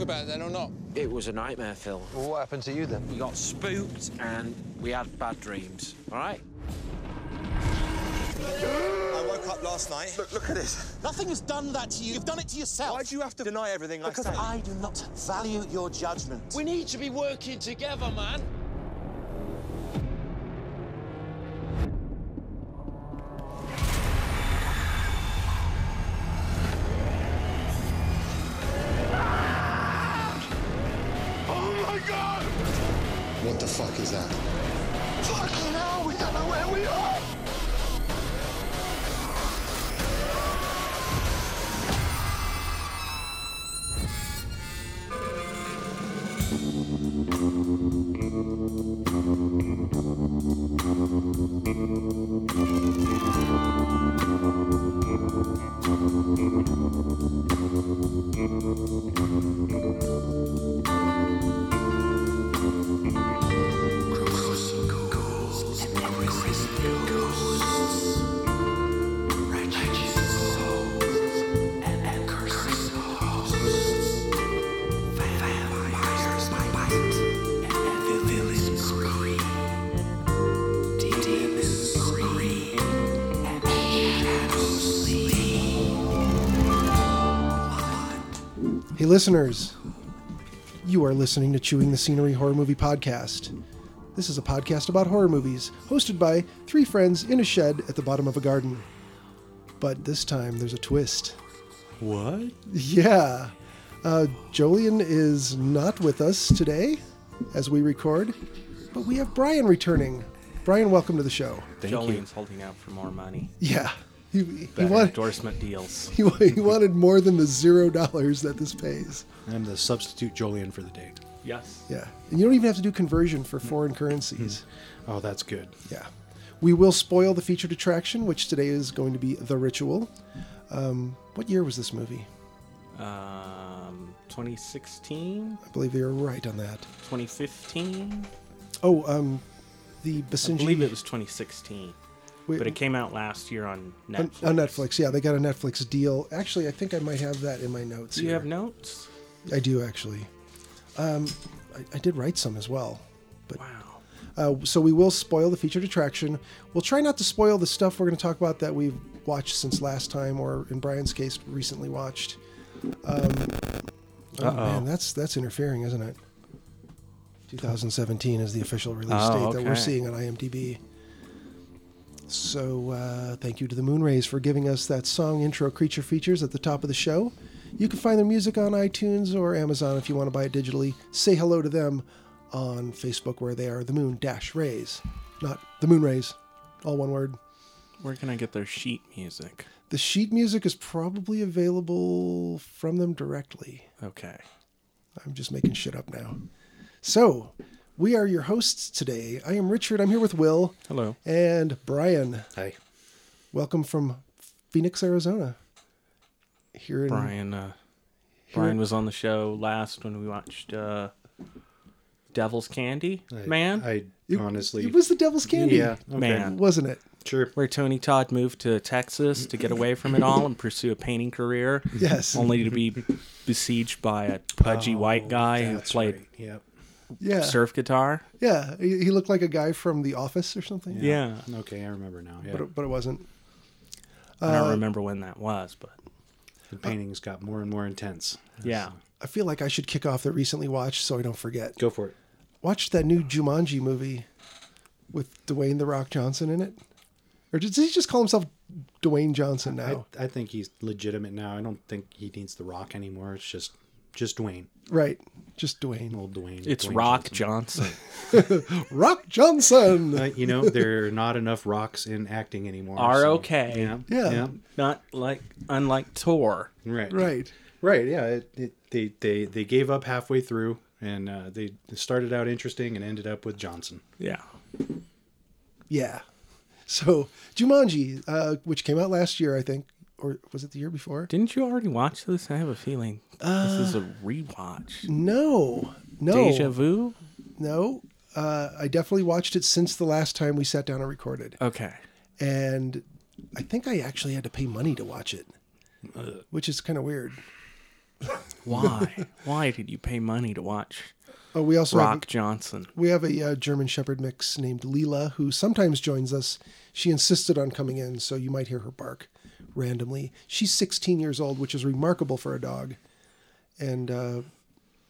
about it then or not? It was a nightmare, Phil. Well, what happened to you then? We got spooked and we had bad dreams. All right? I woke up last night. Look, look at this. Nothing has done that to you. You've done it to yourself. Why do you have to deny everything because I say? I do not value your judgment. We need to be working together, man. What the fuck is that? Fucking hell, we don't know where we are! Hey, listeners, you are listening to Chewing the Scenery Horror Movie Podcast. This is a podcast about horror movies, hosted by three friends in a shed at the bottom of a garden. But this time, there's a twist. What? Yeah. Uh, Jolien is not with us today as we record, but we have Brian returning. Brian, welcome to the show. Thank Jolly. you. holding out for more money. Yeah. He, he Better wa- endorsement deals. he, wa- he wanted more than the zero dollars that this pays. I'm the substitute Jolien for the day. Yes. Yeah. And you don't even have to do conversion for foreign currencies. Oh, that's good. Yeah. We will spoil the featured attraction, which today is going to be The Ritual. Um, what year was this movie? Um, 2016, I believe they were right on that. 2015. Oh, um, the I Basenji. believe it was 2016, Wait, but it came out last year on on, Netflix. on Netflix. Yeah, they got a Netflix deal. Actually, I think I might have that in my notes. Do you here. have notes? I do actually. Um, I, I did write some as well. But Wow. uh, so we will spoil the featured attraction. We'll try not to spoil the stuff we're going to talk about that we've watched since last time, or in Brian's case, recently watched. Um, oh man, that's that's interfering, isn't it? 2017 is the official release Oh, date that we're okay. seeing on IMDb. So uh, thank you to the Moonrays for giving us that song intro creature features at the top of the show. You can find their music on iTunes or Amazon if you want to buy it digitally. Say hello to them on Facebook where they are the Moon Dash Rays, not the Moon Rays, all one word. Where can I get their sheet music? The sheet music is probably available from them directly. Okay. I'm just making shit up now. So, we are your hosts today. I am Richard. I'm here with Will Hello. and Brian. Hi. Welcome from Phoenix, Arizona. Here in Brian. Uh, Brian was on the show last when we watched uh, Devil's Candy Man. I honestly. it was the Devil's Candy, Yeah. Okay. Man. wasn't it? Sure. where Tony Todd moved to Texas to get away from it all and pursue a painting career, Yes. only to be besieged by a pudgy white guy who Oh, That's played right. Yep. Yeah, surf guitar. yeah. He he looked like a guy from The Office or something. Yeah. Okay, I remember now. Yeah. but it, but it wasn't. I don't remember when that was, but the paintings got more and more intense. yeah. I feel like I should kick off the recently watched so I don't forget. Go for it. Watched that new Jumanji movie with Dwayne the Rock Johnson in it, or does he just call himself Dwayne Johnson now? Oh. I, I think he's legitimate now. I don't think he needs the Rock anymore. It's just, just Dwayne, Right. Just Dwayne. old Dwayne. It's Dwayne Rock Johnson. Rock Johnson. Johnson. Uh, you know, there are not enough rocks in acting anymore. Are so- okay. Yeah. Yeah. Not like unlike Tor. Right. right. Right. Yeah. It, it, they they they gave up halfway through, and uh, they started out interesting and ended up with Johnson. Yeah. Yeah. So Jumanji, uh, which came out last year, I think, or was it the year before? Didn't you already watch this? I have a feeling this is a rewatch. No. No. Deja vu? No. Uh, I definitely watched it since the last time we sat down and recorded, Okay. and I think I actually had to pay money to watch it, which is kind of weird. Why? Why did you pay money to watch Oh, we also have, Rock Johnson? we have a uh, German Shepherd mix named Leela who sometimes joins us. She insisted on coming in, so you might hear her bark randomly. She's 16 years old, which is remarkable for a dog, and uh,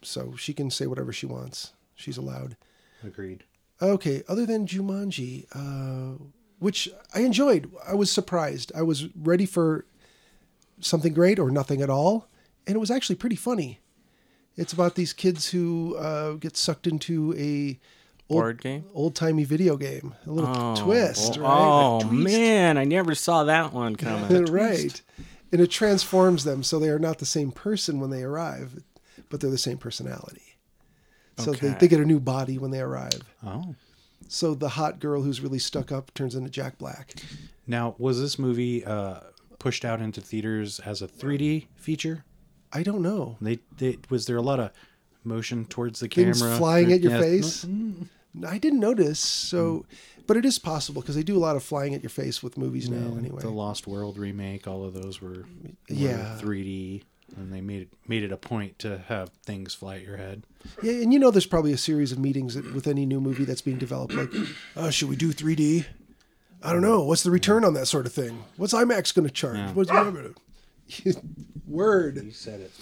so she can say whatever she wants. She's allowed. Agreed. Okay, other than Jumanji, uh, which I enjoyed, I was surprised. I was ready for something great or nothing at all, and it was actually pretty funny. It's about these kids who uh, get sucked into a Board game? old timey video game. A little twist, right? Oh A twist. man, I never saw that one coming. right. And it transforms them so they are not the same person when they arrive, but they're the same personality. So they, Okay. they get a new body when they arrive. Oh. So the hot girl who's really stuck up turns into Jack Black. Now, was this movie uh, pushed out into theaters as a 3D feature? I don't know. They, they was there a lot of motion towards the camera Things flying at your Yeah. face. I didn't notice. So, Mm. but it is possible because they do a lot of flying at your face with movies now. Anyway, The Lost World remake, all of those were, were Yeah. 3D, and they made it made it a point to have things fly at your head. yeah, and you know, there's probably a series of meetings that- with any new movie that's being developed. Like, oh, should we do 3D? I don't know. What's the return on that sort of thing? What's IMAX going to charge? What's word? You said it.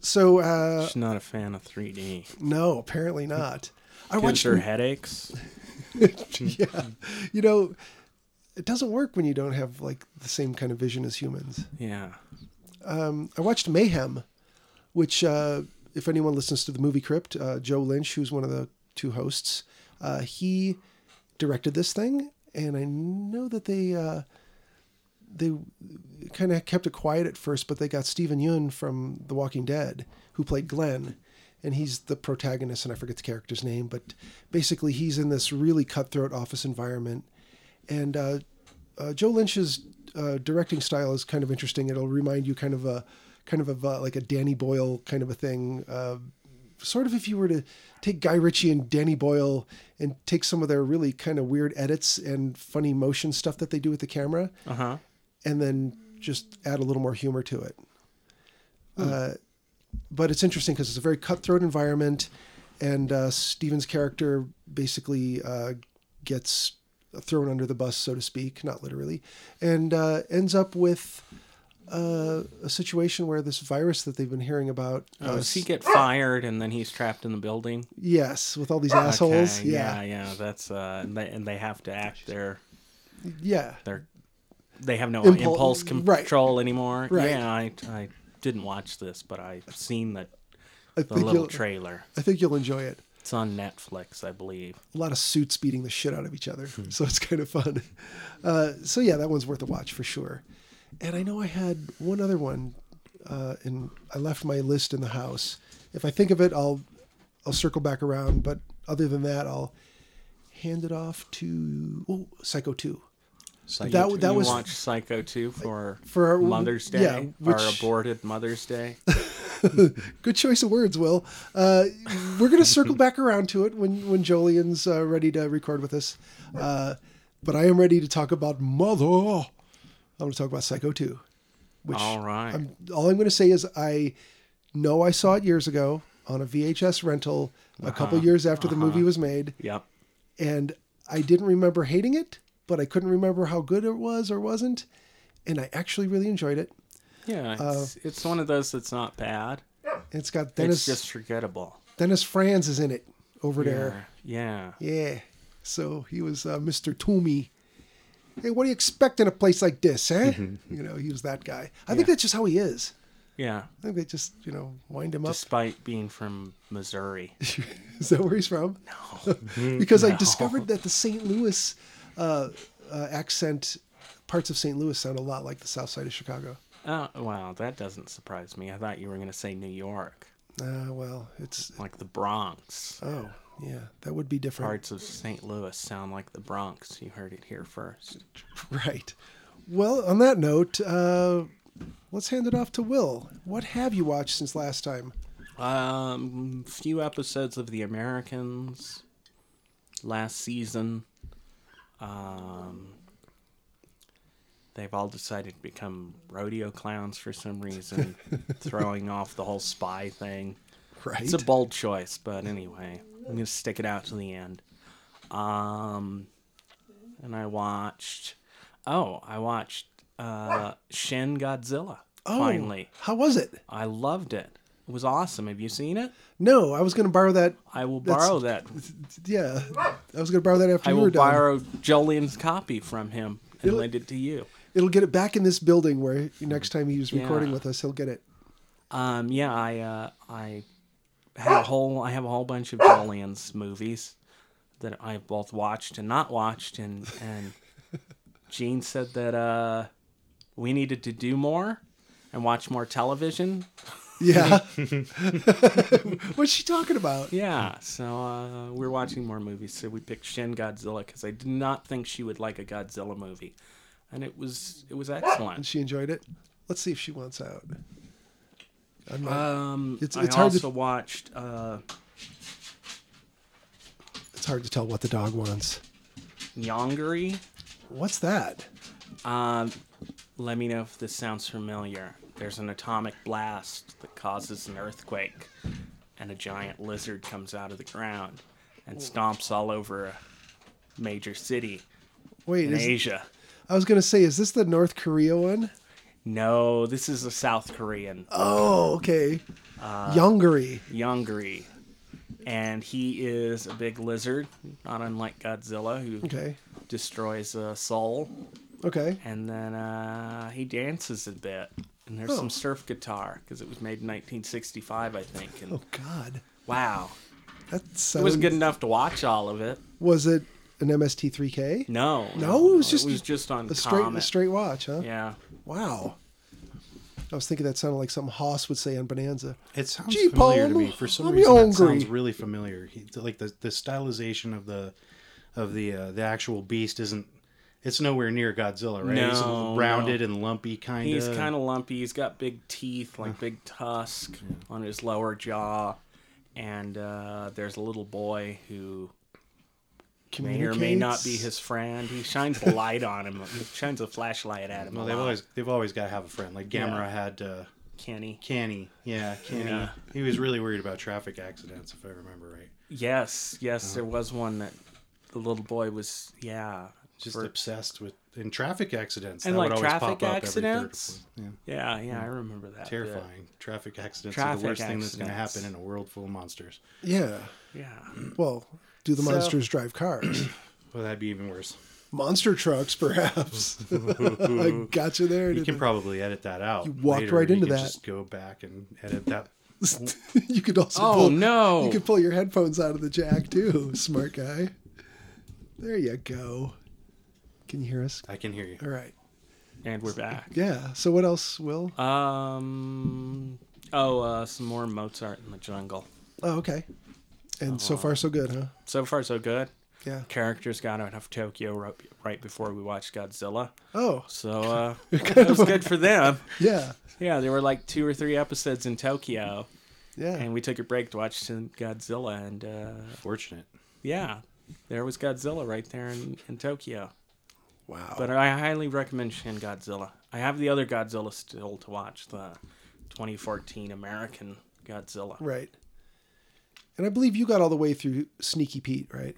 So, uh, Just not a fan of 3D. no, apparently not. I Gives watched her headaches. yeah. You know, it doesn't work when you don't have like the same kind of vision as humans. Yeah. I watched Mayhem, which uh, if anyone listens to the movie Crypt, uh, Joe Lynch, who's one of the two hosts, uh, he directed this thing, and I know that they uh, they kind of kept it quiet at first, but they got Steven Yeun from The Walking Dead, who played Glenn, and he's the protagonist, and I forget the character's name, but basically he's in this really cutthroat office environment, and uh, uh, Joe Lynch's uh, directing style is kind of interesting. It'll remind you kind of a kind of a, uh, like a Danny Boyle kind of a thing. Uh, sort of if you were to take Guy Ritchie and Danny Boyle and take some of their really kind of weird edits and funny motion stuff that they do with the camera, Uh huh. and then just add a little more humor to it. Uh, but it's interesting because it's a very cutthroat environment, and uh, Steven's character basically uh, gets thrown under the bus, so to speak, not literally, and uh, ends up with uh, a situation where this virus that they've been hearing about. uh, Oh, does he get fired and then he's trapped in the building? yes, with all these assholes. Okay, yeah. yeah, yeah. That's uh, and they, and they have to act their yeah, their they have no Impul- impulse right. control anymore. Right. Yeah, I I didn't watch this, but I've seen the I the think little you'll. trailer. I think you'll enjoy it. It's on Netflix, I believe. a lot of suits beating the shit out of each other. Hmm. So it's kind of fun. Uh, so yeah, that one's worth a watch for sure. And I know I had one other one, uh, and I left my list in the house. If I think of it, I'll I'll circle back around. But other than that, I'll hand it off to oh, Psycho Two. That w- that you was watch Psycho 2 for For our- Mother's Day yeah, or which- aborted Mother's Day. good choice of words, Will. Uh, we're gonna circle back around to it when when Jolien's uh, ready to record with us. Uh, but I am ready to talk about Mother. I'm gonna talk about Psycho 2. Which All right. I'm, all I'm going to say is I know I saw it years ago on a VHS rental Uh-huh. a couple years after the movie was made, Yep. and I didn't remember hating it, but I couldn't remember how good it was or wasn't, and I actually really enjoyed it. Yeah, Uh, it's, it's one of those that's not bad. It's got It's Dennis just forgettable. Dennis Franz is in it over Yeah. there. Yeah. Yeah, so he was uh, Mr. Toomey. Hey, what do you expect in a place like this, eh? you know, he was that guy. I think that's just how he is. Yeah. I think they just, you know, wind him up. Despite being from Missouri. Is that where he's from? No. because I discovered that the St. Louis uh, uh, accent, parts of St. Louis sound a lot like the south side of Chicago. Oh, wow, that doesn't surprise me. I thought you were going to say New York, Uh, well, it's, like the Bronx. oh, yeah, that would be different. Parts of St. Louis sound like the Bronx. You heard it here first. Right. Well, on that note, uh, let's hand it off to Will. What have you watched since last time? Um, few episodes of The Americans last season. Um, They've all decided to become rodeo clowns for some reason, throwing off the whole spy thing. Right. It's a bold choice, but anyway, I'm gonna stick it out to the end. Um, and I watched. Oh, I watched uh, Shin Godzilla. Oh, Finally, How was it? I loved it. It was awesome. Have you seen it? No, I was going to borrow that. I will That's- borrow that. Yeah. I was going to borrow that after I you will were done. borrow Jolene's copy from him and Really? lend it to you. It'll get it back in this building where next time he's recording Yeah. with us, he'll get it. Um, yeah, I uh, I had a whole I have a whole bunch of Jolien's movies that I've both watched and not watched, and and Gene said that uh, we needed to do more and watch more television. Yeah. What's she talking about? Yeah, so uh, we're watching more movies. So we picked Shin Godzilla because I did not think she would like a Godzilla movie, and it was it was excellent. She enjoyed it. Let's see if she wants out. I'm not, Um, It's- I it's hard to- also watched. Uh, it's hard to tell what the dog wants. Yongari. What's that? Um, let me know if this sounds familiar. There's an atomic blast that causes an earthquake, and a giant lizard comes out of the ground and stomps all over a major city Wait, in is, Asia. I was going to say, is this the North Korea one? No, this is a South Korean, Oh, okay. Uh, Youngery. Yongari. And he is a big lizard, not unlike Godzilla, who Okay. destroys a soul. Okay. and then uh, he dances a bit. And there's Oh. some surf guitar because it was made in 1965, I think. And Oh God, wow, that sounds. it was good enough to watch all of it. Was it an MST3K? No, No, it was just it was just on A straight, a Comet. straight watch, huh? Yeah, Wow. I was thinking that sounded like something Haas would say on Bonanza. It sounds Gee, familiar Paul, to me. For some I'm reason, that hungry. sounds really familiar. He, like the the stylization of the of the uh, the actual beast isn't. It's nowhere near Godzilla, right? No, He's rounded and lumpy, kind of. he's kind of lumpy. He's got big teeth, like big tusk on his lower jaw, and uh, there's a little boy who may or may not be Communicates? his friend. He shines a light on him. He shines a flashlight at him. Well, a they've lot. always they've always got to have a friend. Like Gamera Yeah. had uh, canny. Canny, yeah, Canny. Yeah. He was really worried about traffic accidents, if I remember right. Yes, yes, there was one that the little boy was, yeah, Just for- obsessed with in traffic accidents. And, that like, would always traffic pop up every third accidents? one. yeah. yeah, yeah. I remember that. bit. terrifying. Traffic accidents are Traffic the worst thing that's going to happen accidents. in a world full of monsters. Yeah. Yeah, Well, do the So- monsters drive cars? Well, that'd be even worse. Monster trucks, perhaps. I got you there. You didn't can probably edit that out. You walked right into can that. Just go back and edit that. I? you could also. Oh, pull, no. You could pull your headphones out of the jack too, smart guy. There you go. Can you hear us? I can hear you. All right. and we're back. Yeah. So what else, Will? Uh, Um, oh, uh, some more Mozart in the jungle. Oh, okay. And so far, so good, huh? So far, so good. Yeah. Characters got out of Tokyo right, right before we watched Godzilla, Oh, so uh, that was good for them. yeah, Yeah, there were like two or three episodes in Tokyo, yeah. and we took a break to watch some Godzilla, and uh, Fortunate. yeah, there was Godzilla right there in, in Tokyo. wow. But I highly recommend Shin Godzilla. I have the other Godzilla still to watch, the 2014 American Godzilla. right. And I believe you got all the way through Sneaky Pete, right?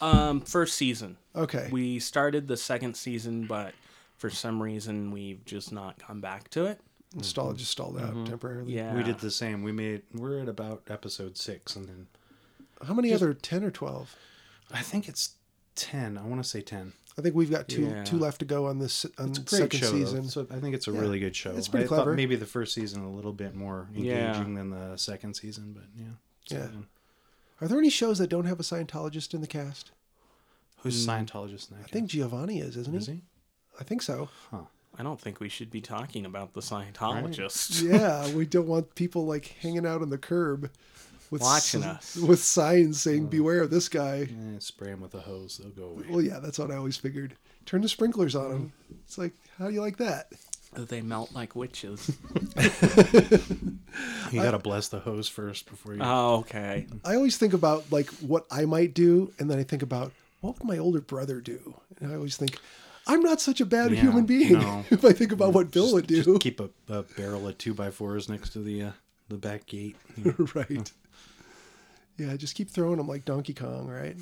Um, first season. Okay. We started the second season, but for some reason we've just not come back to it. Stall just stalled out temporarily. Mm-hmm. Yeah, We did the same. We made. We're at about episode six, and then How many other ten or twelve? I think it's ten. I want to say ten. I think we've got two Yeah. two left to go on this on It's a great second show. season. Though. So I think it's a really good show. It's pretty I clever. Thought maybe the first season a little bit more engaging Yeah. than the second season, but yeah. yeah. Are there any shows that don't have a Scientologist in the cast? Who's Scientologist? In that I think Giovanni is, isn't is he? I think so. I don't think we should be talking about the Scientologist. Yeah, we don't want people like hanging out on the curb with Watching s- us. Mm. with signs saying "Beware of this guy." Eh, spray him with a hose; they'll go away. Well, yeah, that's what I always figured. Turn the sprinklers on them. Mm-hmm. It's like, how do you like that? They melt like witches. You gotta bless the hose first before you. oh, okay. I always think about like what I might do, and then I think about what would my older brother do, and I always think I'm not such a bad Yeah, human being. no. If I think about what Bill Just- would do, Just keep a, a barrel of two by fours next to the uh, the back gate. you know. right? Yeah, just keep throwing them like Donkey Kong, right?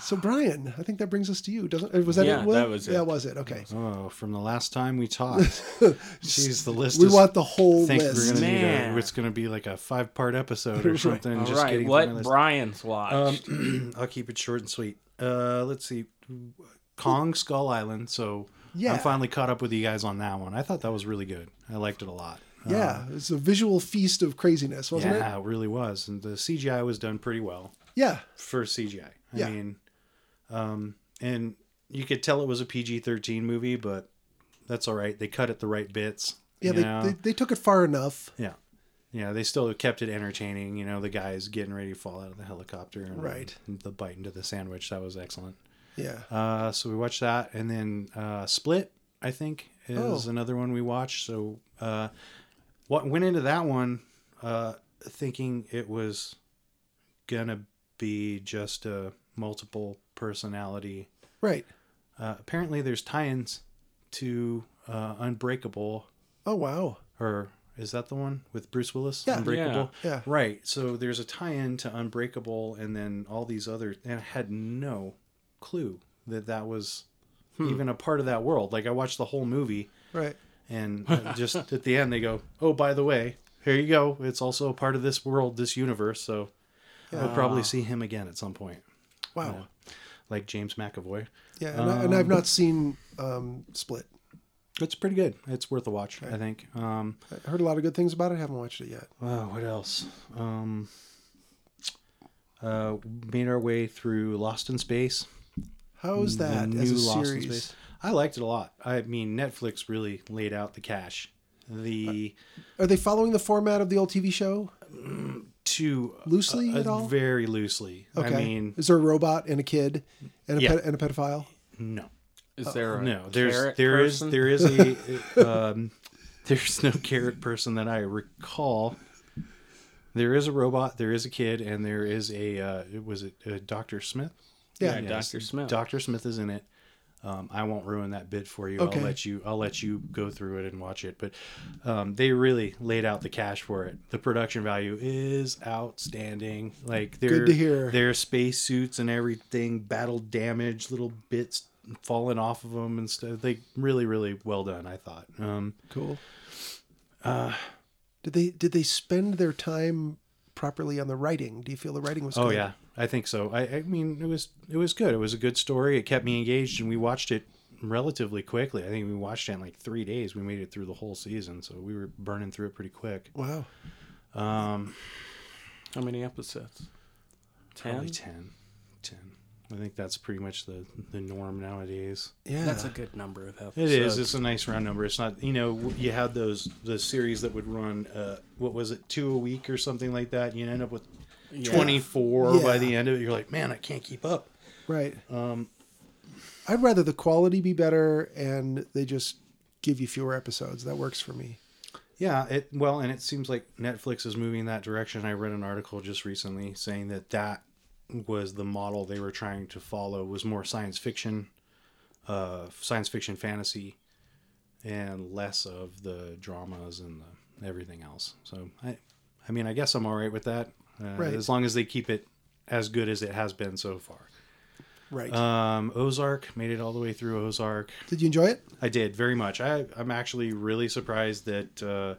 So Brian, I think that brings us to you. Doesn't or was that Yeah, it? Will? that was it. That was it. Okay. Oh, from the last time we talked. Jeez, the list. We is, want the whole think list. We're gonna need a, Man. it's going to be like a five part episode or something. All just Uh, right, getting through my what list. Brian's watched? Um, I'll keep it short and sweet. Uh, let's see, Kong Skull Island. So Yeah. I'm finally caught up with you guys on that one. I thought that was really good. I liked it a lot. Yeah, it's a visual feast of craziness, wasn't it? uh, yeah, it really was, and the CGI was done pretty well. Yeah, for CGI. I Yeah. mean, um, and you could tell it was a PG 13 movie, but that's all right. They cut it the right bits. yeah. you know? They, they, they took it far enough. yeah. Yeah. They still kept it entertaining. You know, the guy's getting ready to fall out of the helicopter. And Right. The bite into the sandwich. That was excellent. Yeah, Uh, so we watched that. And then uh, Split, I think, is Oh. another one we watched. So uh, what went into that one uh, thinking it was going to be just a multiple personality. right. Uh, apparently, there's tie ins to uh, Unbreakable, Oh wow. or is that the one with Bruce Willis? Yeah. Unbreakable. Yeah. Yeah. Right. So there's a tie-in to Unbreakable, and then all these other. And I had no clue that that was even a part of that world. Like I watched the whole movie, Right. and just at the end they go, "Oh, by the way, here you go. It's also a part of this world, this universe." So I'll probably see him again at some point, Wow. like James McAvoy. Yeah, and, I, and I've not seen um, Split. It's pretty good. It's worth a watch, I think. Um, I heard a lot of good things about it. I haven't watched it yet. Wow, what else? Um, uh, made our way through Lost in Space. How's the that as a series? I liked it a lot. I mean, Netflix really laid out the cash. Uh, The Are they following the format of the old TV show two loosely uh, at all? very loosely. Okay. I mean, is there a robot and a kid and a Yeah. ped- and a pedophile? no, Is there a no. There's carrot there is person? there is a um, there's no carrot person that I recall. There is a robot. There is a kid, and there is a uh, was it uh, Doctor Smith? Yeah. Yeah. Dr. Smith. Doctor Smith is in it. Um, I won't ruin that bit for you. Okay. I'll let you. I'll let you go through it and watch it. But um, they really laid out the cash for it. The production value is outstanding. Like their Good to hear. their spacesuits and everything, battle damage, little bits falling off of them and stuff. They really, really well done. I thought. Um, Cool. Uh, Uh, did they did they spend their time properly on the writing? Do you feel the writing was? Oh good? yeah, I think so. I, I mean, it was it was good. It was a good story. It kept me engaged, and we watched it relatively quickly. I think we watched it in like three days. We made it through the whole season, so we were burning through it pretty quick. Wow. How many episodes? Probably Ten. 10. 10. I think that's pretty much the the norm nowadays. Yeah. That's a good number of It episodes. is. It's a nice round number. It's not, you know, you had those the series that would run, uh, what was it, two a week or something like that. You end up with twenty four by Yeah. the end of it. You're like, man, I can't keep up. right. Um, I'd rather the quality be better and they just give you fewer episodes. That works for me. Yeah, it well, and it seems like Netflix is moving in that direction. I read an article just recently saying that that was the model they were trying to follow was more science fiction, uh, science fiction fantasy, and less of the dramas and the, everything else. So I, I mean, I guess I'm all right with that, uh, Right. as long as they keep it as good as it has been so far. Right. Um, Ozark made it all the way through Ozark. did you enjoy it? I did very much. I, I'm actually really surprised that uh,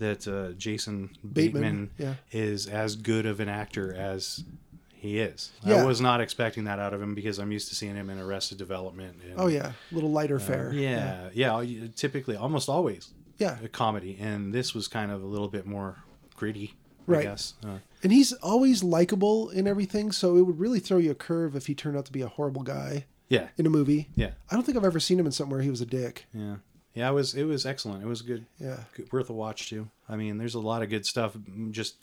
that uh, Jason Bateman, Bateman, yeah. is as good of an actor as he is. Yeah. I was not expecting that out of him because I'm used to seeing him in Arrested Development. And, Oh yeah, a little lighter fare. Uh, yeah, yeah, you- Typically, almost always Yeah. a comedy, and this was kind of a little bit more gritty. Right. I guess. Uh, And he's always likable in everything, so it would really throw you a curve if he turned out to be a horrible guy yeah. in a movie. Yeah. I don't think I've ever seen him in something where he was a dick. Yeah. Yeah, it was it was excellent. It was good. Yeah. good, worth a watch too. I mean, there's a lot of good stuff. mm, Just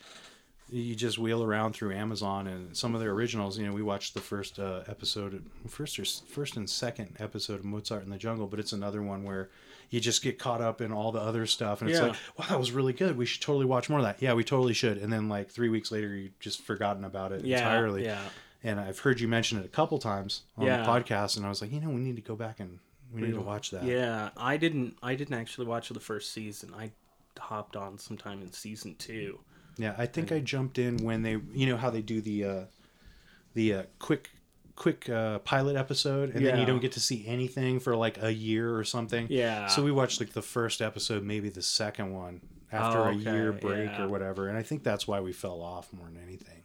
you just wheel around through Amazon and some of their originals. You know, we watched the first uh, episode, first or s- first and second episode of Mozart in the Jungle, but it's another one where you just get caught up in all the other stuff, and it's Yeah. like, wow, that was really good. We should totally watch more of that. Yeah, we totally should. And then like three weeks later, you just forgotten about it Yeah, entirely. yeah. And I've heard you mention it a couple times on Yeah. the podcast, and I was like, you know, we need to go back and We need to watch that. Yeah, I didn't. I didn't actually watch the first season. I hopped on sometime in season two. Yeah, I think I jumped in when they, you know how they do the uh the uh quick quick uh pilot episode and then Yeah. you don't get to see anything for like a year or something. Yeah. So we watched like the first episode, maybe the second one after Oh, a year okay, break yeah. or whatever. And I think that's why we fell off more than anything.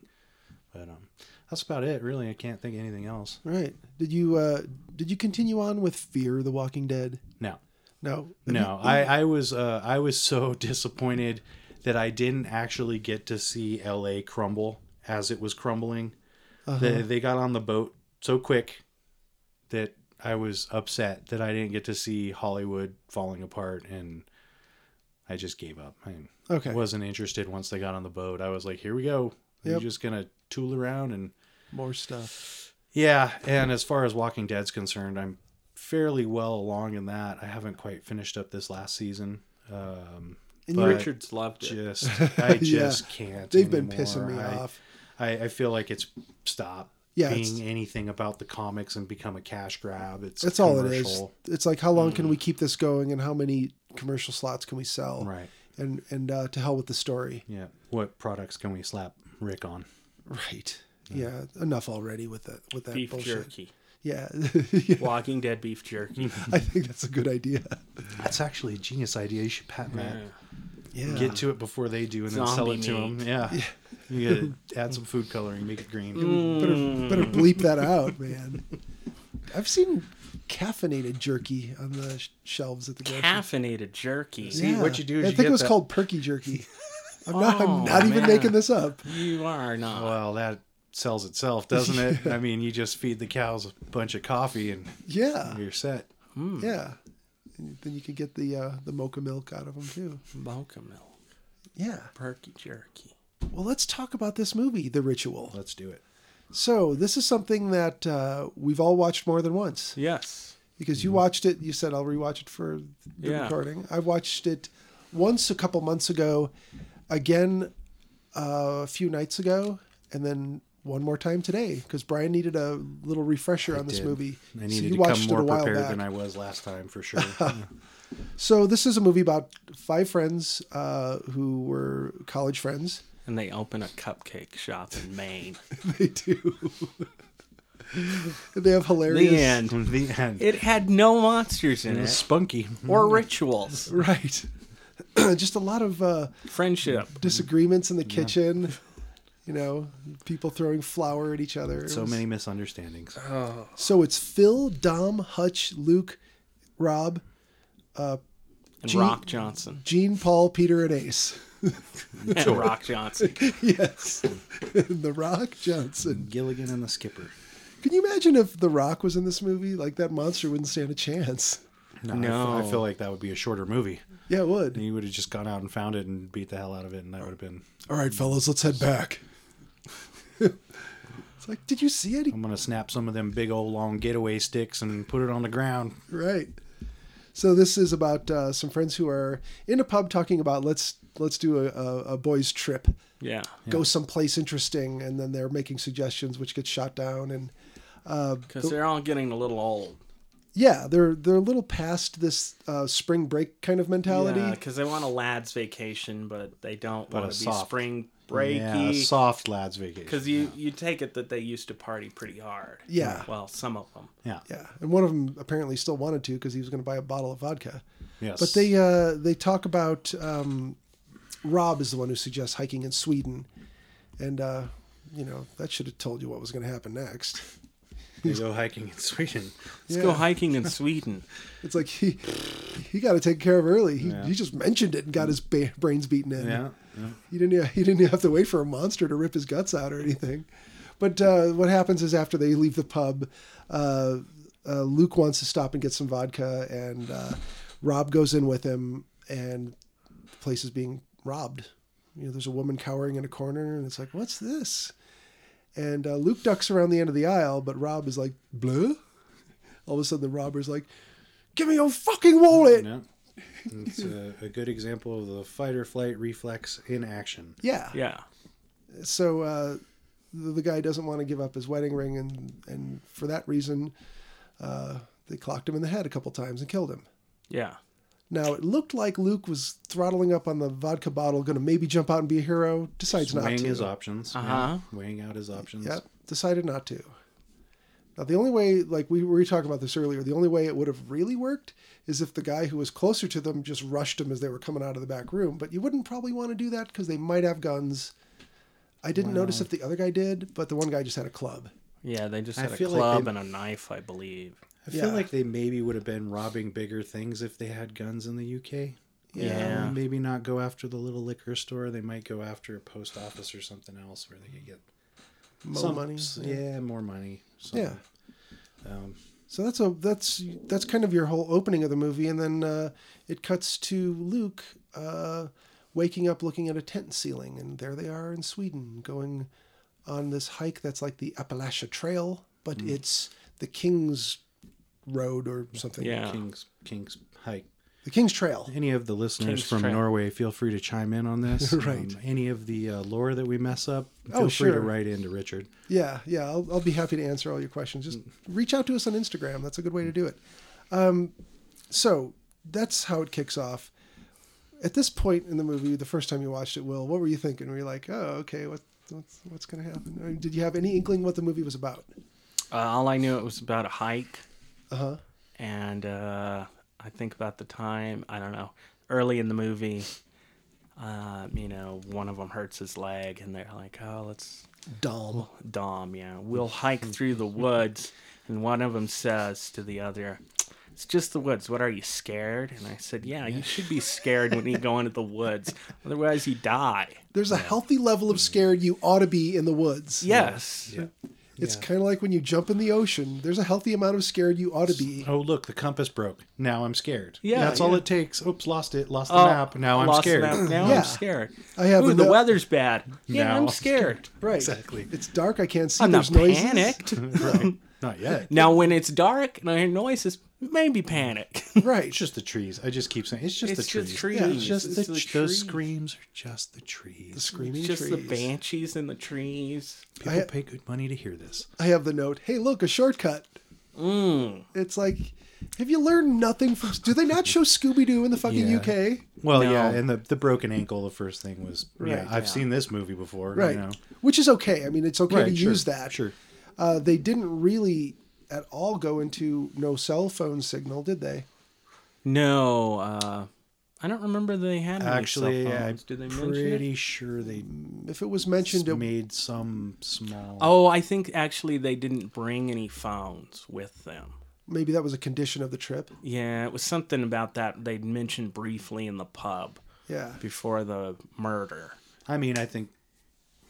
But um that's about it, really. I can't think of anything else. Right. Did you uh did you continue on with Fear the Walking Dead? No. No. No, I, I was uh, I was so disappointed that I didn't actually get to see L.A. crumble as it was crumbling. They, Uh-huh. they got on the boat so quick that I was upset that I didn't get to see Hollywood falling apart, and I just gave up. I Okay. wasn't interested once they got on the boat. I was like, here we go. Are Yep. you just gonna tool around and More stuff. yeah, and as far as Walking Dead's concerned, I'm fairly well along in that. I haven't quite finished up this last season. Um, And but you- Richards loved it. just I Yeah. just can't. They've been anymore. pissing me I- off. I, I feel like it's stop Yeah, being it's- anything about the comics and become a cash grab. It's That's all it is. commercial. Mm. It's like how long can we keep this going and how many commercial slots can we sell? Right. And and uh, to hell with the story. Yeah. What products can we slap Rick on? Right. Yeah. Enough already with that with that Beef bullshit. jerky. Yeah. Yeah, Walking Dead beef jerky. I think that's a good idea. That's actually a genius idea. You should patent that. Yeah. Get to it before they do, and then sell Zombie it to them. meat. Yeah. You gotta add some food coloring, make it green. better, better bleep that out, man. I've seen caffeinated jerky on the sh- shelves at the grocery Caffeinated jerky. See, what you do is I you think get it was that- called perky jerky. I'm not, I'm Oh, not even man. making this up. You are not. Well, that sells itself, doesn't it? I mean, you just feed the cows a bunch of coffee and Yeah, you're set. yeah. And then you can get the uh, the mocha milk out of them too. Mocha milk. Yeah. Perky jerky. Well, let's talk about this movie, The Ritual. Let's do it. So this is something that uh, we've all watched more than once. Yes. because Mm-hmm. you watched it. You said I'll rewatch it for the Yeah. recording. I watched it once a couple months ago, again uh, a few nights ago, and then one more time today because Brian needed a little refresher on this Did. movie. I So needed you to come watched it a more while prepared back. than I was last time for sure. So this is a movie about five friends uh, who were college friends. And they open a cupcake shop in Maine. they do. they have hilarious. the end. the end. It had no monsters in it spunky. or rituals. Right. Just a lot of. Uh, Friendship. disagreements in the kitchen. You know, people throwing flour at each other. It So was- many misunderstandings. Uh, So it's Phil, Dom, Hutch, Luke, Rob, And Gee- Rock Johnson. Gene, Paul, Peter, and Ace. And Rock Johnson. yes, The Rock Johnson. Gilligan and the Skipper. Can you imagine if The Rock was in this movie? Like that monster wouldn't stand a chance. No, I, No. feel, I feel like that would be a shorter movie. Yeah, it would. You would have just gone out and found it and beat the hell out of it, and that would have been. All right, fellas, let's head back. it's like, did you see any I'm gonna snap some of them big old long getaway sticks and put it on the ground. right. So this is about uh, some friends who are in a pub talking about let's let's do a, a, a boys trip, Yeah. go someplace interesting, and then they're making suggestions which get shot down, and Because they're all getting a little old. yeah, they're they're a little past this uh, spring break kind of mentality. Yeah, because they want a lad's vacation, but they don't But want a to be soft- spring Yeah, breaky. soft lads vacation. Because you you take it that they used to party pretty hard. Yeah. Well, some of them. yeah, Yeah, and one of them apparently still wanted to because he was going to buy a bottle of vodka. yes. But they uh, they talk about um, Rob is the one who suggests hiking in Sweden, and uh, you know that should have told you what was going to happen next. They go hiking in Sweden. Let's go Yeah. hiking in Sweden. It's like he he got to take care of early. He, he just mentioned it and got his ba- brains beaten in. Yeah, He didn't e-, he didn't have to wait for a monster to rip his guts out or anything. But uh, what happens is after they leave the pub, uh, uh, Luke wants to stop and get some vodka, and uh, Rob goes in with him, and the place is being robbed. You know, there's a woman cowering in a corner, and it's like, what's this? And uh, Luke ducks around the end of the aisle, but Rob is like, blah. All of a sudden, the robber's like, give me your fucking wallet. yeah. It's a, a good example of the fight or flight reflex in action. Yeah. Yeah. so uh, the, the guy doesn't want to give up his wedding ring, and and for that reason, uh, They clocked him in the head a couple times and killed him. Yeah. Now it looked like Luke was throttling up on the vodka bottle, going to maybe jump out and be a hero. Decides not weighing to. his options. yeah. Uh-huh. Weighing out his options. Yep, decided not to. Now the only way, like we were talking about this earlier, the only way it would have really worked is if the guy who was closer to them just rushed them as they were coming out of the back room. But you wouldn't probably want to do that because they might have guns. I didn't notice if the other guy did, but the one guy just had a club. Yeah, they just I had a feel like club they- and a knife, I believe. I Yeah. feel like they maybe would have been robbing bigger things if they had guns in the UK. Yeah. Maybe not go after the little liquor store. They might go after a post office or something else where they could get Mo some money. Yeah, more money. So, Yeah. so that's a that's that's kind of your whole opening of the movie, and then uh, it cuts to Luke uh, waking up, looking at a tent ceiling, and there they are in Sweden, going on this hike that's like the Appalachia Trail, but it's the King's Road or something. Yeah. King's King's hike. the King's Trail. Any of the listeners King's from Trail. Norway, feel free to chime in on this. Right. Um, any of the uh, lore that we mess up, feel Oh, free to sure. write in to Richard. Yeah, yeah, I'll, I'll be happy to answer all your questions. Just Mm. reach out to us on Instagram. That's a good way to do it. Um, so that's how it kicks off. At this point in the movie, the first time you watched it, Will, what were you thinking? Were you like, oh, okay, what, what's, what's going to happen? Or did you have any inkling what the movie was about? Uh, all I knew it was about a hike. And uh, I think about the time I don't know early in the movie. Uh, you know, one of them hurts his leg, and they're like, "Oh, let's Dom. Dom, yeah, we'll hike through the woods." And one of them says to the other, "It's just the woods. What are you scared?" And I said, "Yeah, you should be scared when you go into the woods. Otherwise, you die." There's a healthy level Mm. of scared you ought to be in the woods. Yes. It's Yeah. kind of like when you jump in the ocean. There's a healthy amount of scared you ought to be. Oh, look, the compass broke. Now I'm scared. Yeah, That's all yeah. it takes. Oops, lost it. Lost the Oh, map. Now I'm lost scared. map. Now Yeah. I'm scared. I have Ooh, the enough- weather's bad. Yeah, Now I'm I'm scared. Right. Exactly. It's dark. I can't see. I'm not There's noises. panicked. Not yet. Now, when it's dark and I hear noises, maybe panic. Right. It's just the trees. I just keep saying it's just It's the trees. just Yeah, it's trees. just It's the, the tr- those trees. screams are just the trees. The screaming just the trees. banshees in the trees. People I- pay good money to hear this. I have the note. Hey, look, a shortcut. It's like, have you learned nothing from? Do they not show Scooby Doo in the fucking Yeah. UK? Well, yeah, No. and the, the broken ankle. The first thing was yeah. Right, I've yeah. seen this movie before. you Right. know. Which is okay. I mean, it's okay Right, to sure, use that. sure. Uh, they didn't really at all go into no cell phone signal, did they? No, uh, I don't remember they had any Actually, cell yeah, I'm phones. Did they mention it? pretty sure they If it was mentioned, it, made some small. Oh, I think actually they didn't bring any phones with them. maybe that was a condition of the trip. Yeah, it was something about that they'd mentioned briefly in the pub Yeah. before the murder. I mean, I think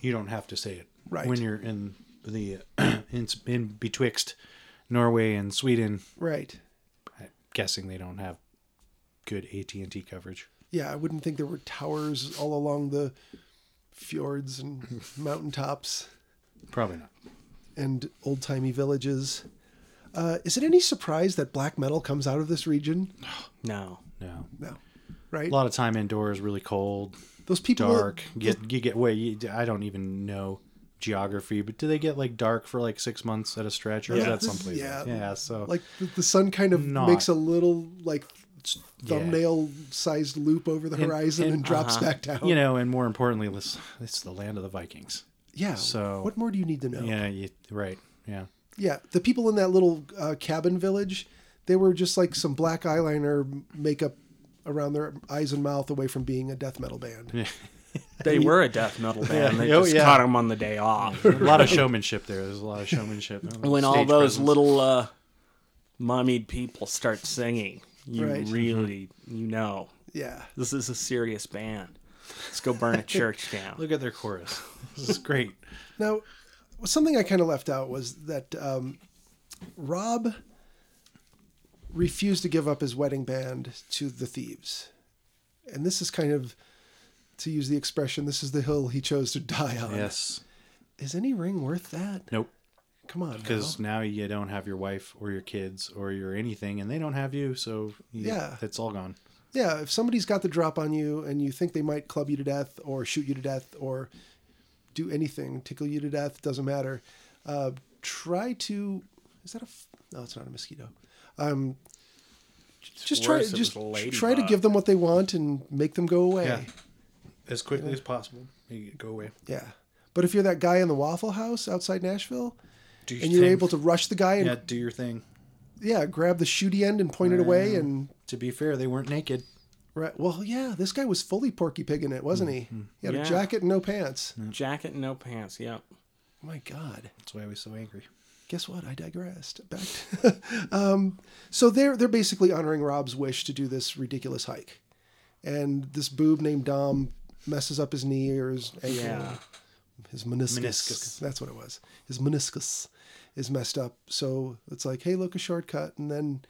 you don't have to say it Right. when you're in the in, in betwixt Norway and Sweden. Right. I'm guessing they don't have good AT and T coverage. Yeah, I wouldn't think there were towers all along the fjords and mountaintops. Probably not. and old timey villages. Uh, is it any surprise that black metal comes out of this region? No. No. No, right? A lot of time indoors, really cold, Those people, dark. Get you get wait. You, I don't even know geography, but do they get like dark for like six months at a stretch, or is Yeah. that someplace? Yeah. else? Yeah. So like the, the sun, kind of Not- makes a little like yeah. thumbnail-sized loop over the And- horizon and, and- uh-huh. drops back down. You know, and more importantly, this it's the land of the Vikings. yeah. so- what more do you need to know? Yeah. You, right. Yeah. Yeah, the people in that little uh, cabin village, they were just like some black eyeliner makeup around their eyes and mouth, away from being a death metal band. They were a death metal band. They Oh, just yeah. caught them on the day off. a lot of showmanship there. There's a lot of showmanship. Oh, when all Stage those presence. little uh, mummied people start singing, you Right. really, you know, Yeah, this is a serious band. Let's go burn a church down. look at their chorus. This is great. Now, something I kind of left out was that um, Rob refused to give up his wedding band to the thieves. And this is kind of, to use the expression, this is the hill he chose to die on. yes. Is any ring worth that? Nope. Come on. Because now. now you don't have your wife or your kids or your anything, and they don't have you. So you- Yeah. it's all gone. Yeah, if somebody's got the drop on you and you think they might club you to death or shoot you to death or do anything, tickle you to death, doesn't matter. Uh, try to. Is that a. f- No, it's not a mosquito. just try worse, it just was a try to ladybug. give them what they want and make them go away. Yeah. As quickly as possible, make it go away. Yeah. But if you're that guy in the Waffle House outside Nashville Do your and you're thing. able to rush the guy and yeah, yeah, do your thing. grab the shooty end and point it away and To be fair, they weren't naked. right, well, yeah, this guy was fully porky pig in it, wasn't he? Mm-hmm. He had Yeah. a jacket and no pants. Oh Jacket and no pants. Yep. My god. That's why I was so angry. Guess what? I digressed. Back to, um, so they're they're basically honoring Rob's wish to do this ridiculous hike. And this boob named Dom messes up his knee or his ankle. Yeah. his meniscus. Meniscus. That's what it was. His meniscus is messed up. So it's like, hey, look, a shortcut, and then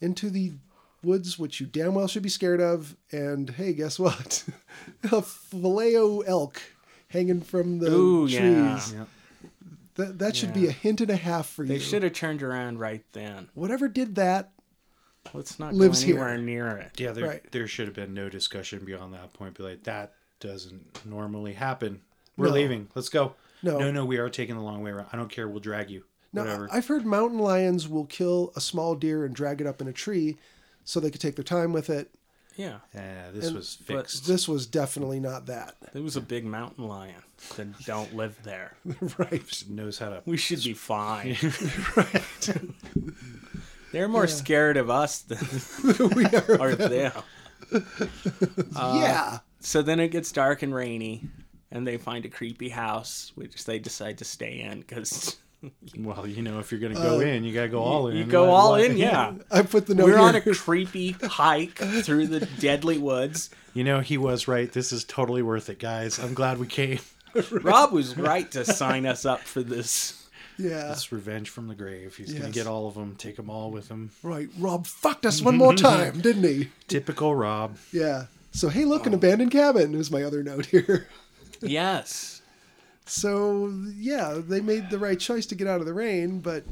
into the woods, which you damn well should be scared of. And hey, guess what? a Vallejo elk hanging from the Ooh, trees. yeah. Yeah. That that should be Yeah. a hint and a half for They you. should have turned around right then. Whatever did that. Let's not Lives go here. anywhere near it. Yeah, there Right. there should have been no discussion beyond that point. Be like, that doesn't normally happen. We're No. leaving. Let's go. No. no, no, we are taking the long way around. I don't care. We'll drag you. Now, Whatever. I've heard mountain lions will kill a small deer and drag it up in a tree so they could take their time with it. Yeah. Yeah, this was but fixed. This was definitely not that. There was a big mountain lion that don't live there. right. knows how to. We should be fine. They're more scared of us than we are. are them. Uh, yeah. So then it gets dark and rainy, and they find a creepy house, which they decide to stay in because Well, you know, if you're gonna go in, you gotta go all in. you go Why- all why- in. Yeah, I put the note we're on a here. creepy hike through the deadly woods. You know, he was right. This is totally worth it, guys. I'm glad we came. Rob was right to sign us up for this. yeah. It's revenge from the grave. He's gonna Yes. get all of them. Take them all with him. Right. Rob fucked us one more time, didn't he? Typical Rob. Yeah. So hey, look, an abandoned cabin is my other note here. Yes. So yeah, they made the right choice to get out of the rain, but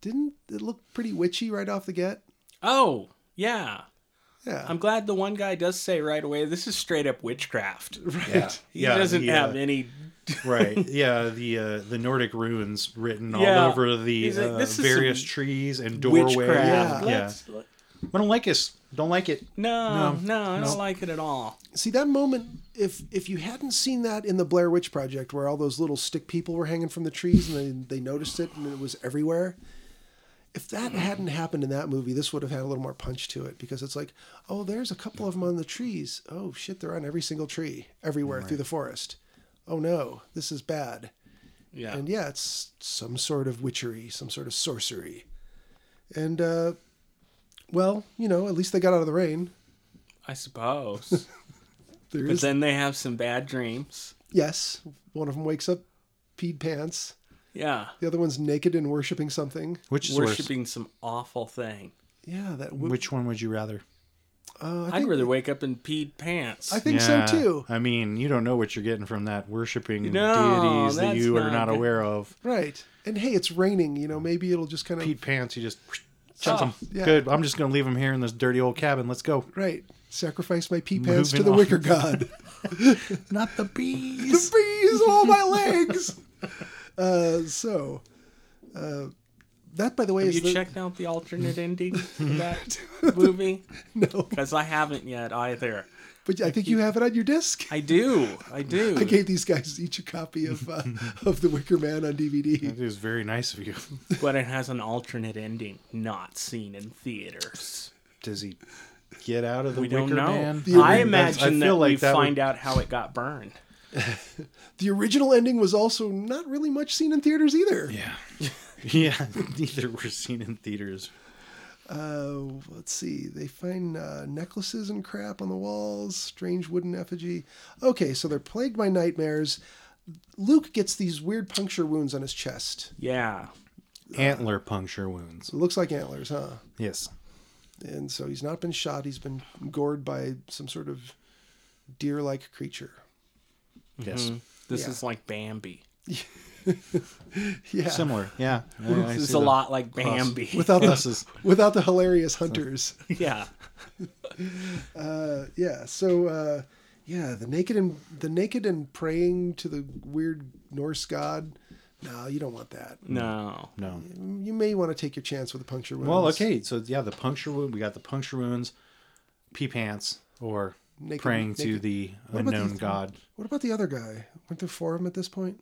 didn't it look pretty witchy right off the get? Oh, yeah. Yeah. I'm glad the one guy does say right away this is straight up witchcraft. right. Yeah, He doesn't the, uh, have any. right. Yeah, the uh, the Nordic ruins written Yeah. all over the He's like, uh, "This is various some trees and doorways. Witchcraft. Yeah, Let's- I don't like us. Don't like it. No, no, I don't no. like it at all. See that moment if if you hadn't seen that in the Blair Witch Project where all those little stick people were hanging from the trees and they, they noticed it and it was everywhere. If that hadn't happened in that movie, this would have had a little more punch to it because it's like, oh, there's a couple of them on the trees. Oh shit, they're on every single tree everywhere through the forest. Oh no, this is bad. Yeah. And yeah, it's some sort of witchery, some sort of sorcery. And uh well, you know, at least they got out of the rain. I suppose. There but is then they have some bad dreams. Yes, one of them wakes up, peed pants. Yeah. The other one's naked and worshiping something. Which is worse? Worshipping some awful thing. Yeah, that. W- Which one would you rather? uh, I I'd think, rather wake up in peed pants. I think Yeah, so too. I mean, you don't know what you're getting from that worshiping No, deities that that's you are not not good. aware of. Right. And hey, it's raining. You know, maybe it'll just kind of. Pete pants, you just chuck Oh, them. yeah. Good. I'm just gonna leave them here in this dirty old cabin. Let's go. Right. Sacrifice my pee pants to Moving the on. wicker god. Not the bees. the bees on all my legs. Uh, so, uh, that by the way have is you the, checked out the alternate ending of that movie? no, Because I haven't yet either. but I think you have it on your disc. I do. I do. I gave these guys each a copy of uh, of the Wicker Man on DVD. It is very nice of you. But it has an alternate ending not seen in theaters. Does he get out of the We wicker don't know. man? I That's- imagine that we would- find out how it got burned. The original ending was also not really much seen in theaters either. Yeah. Yeah, neither were seen in theaters. Uh, let's see. They find uh, necklaces and crap on the walls, strange wooden effigy. Okay, so they're plagued by nightmares. Luke gets these weird puncture wounds on his chest. Yeah. Antler puncture wounds. It looks like antlers, huh? Yes. And so he's not been shot. He's been gored by some sort of deer-like creature. Yes. This Yeah. is like Bambi. Yeah. Similar. Yeah. This is a lot like Bambi. Without the, Pluses. without the hilarious hunters. yeah. yeah so uh yeah the naked and the naked and praying to the weird norse god No, you don't want that. No. No. You may want to take your chance with the puncture wounds. Well, okay. So yeah, the puncture wound. We got the puncture wounds, pee pants, or Naked- praying to naked- the What about unknown the- god. What about the other guy? Weren't there four of them at this point?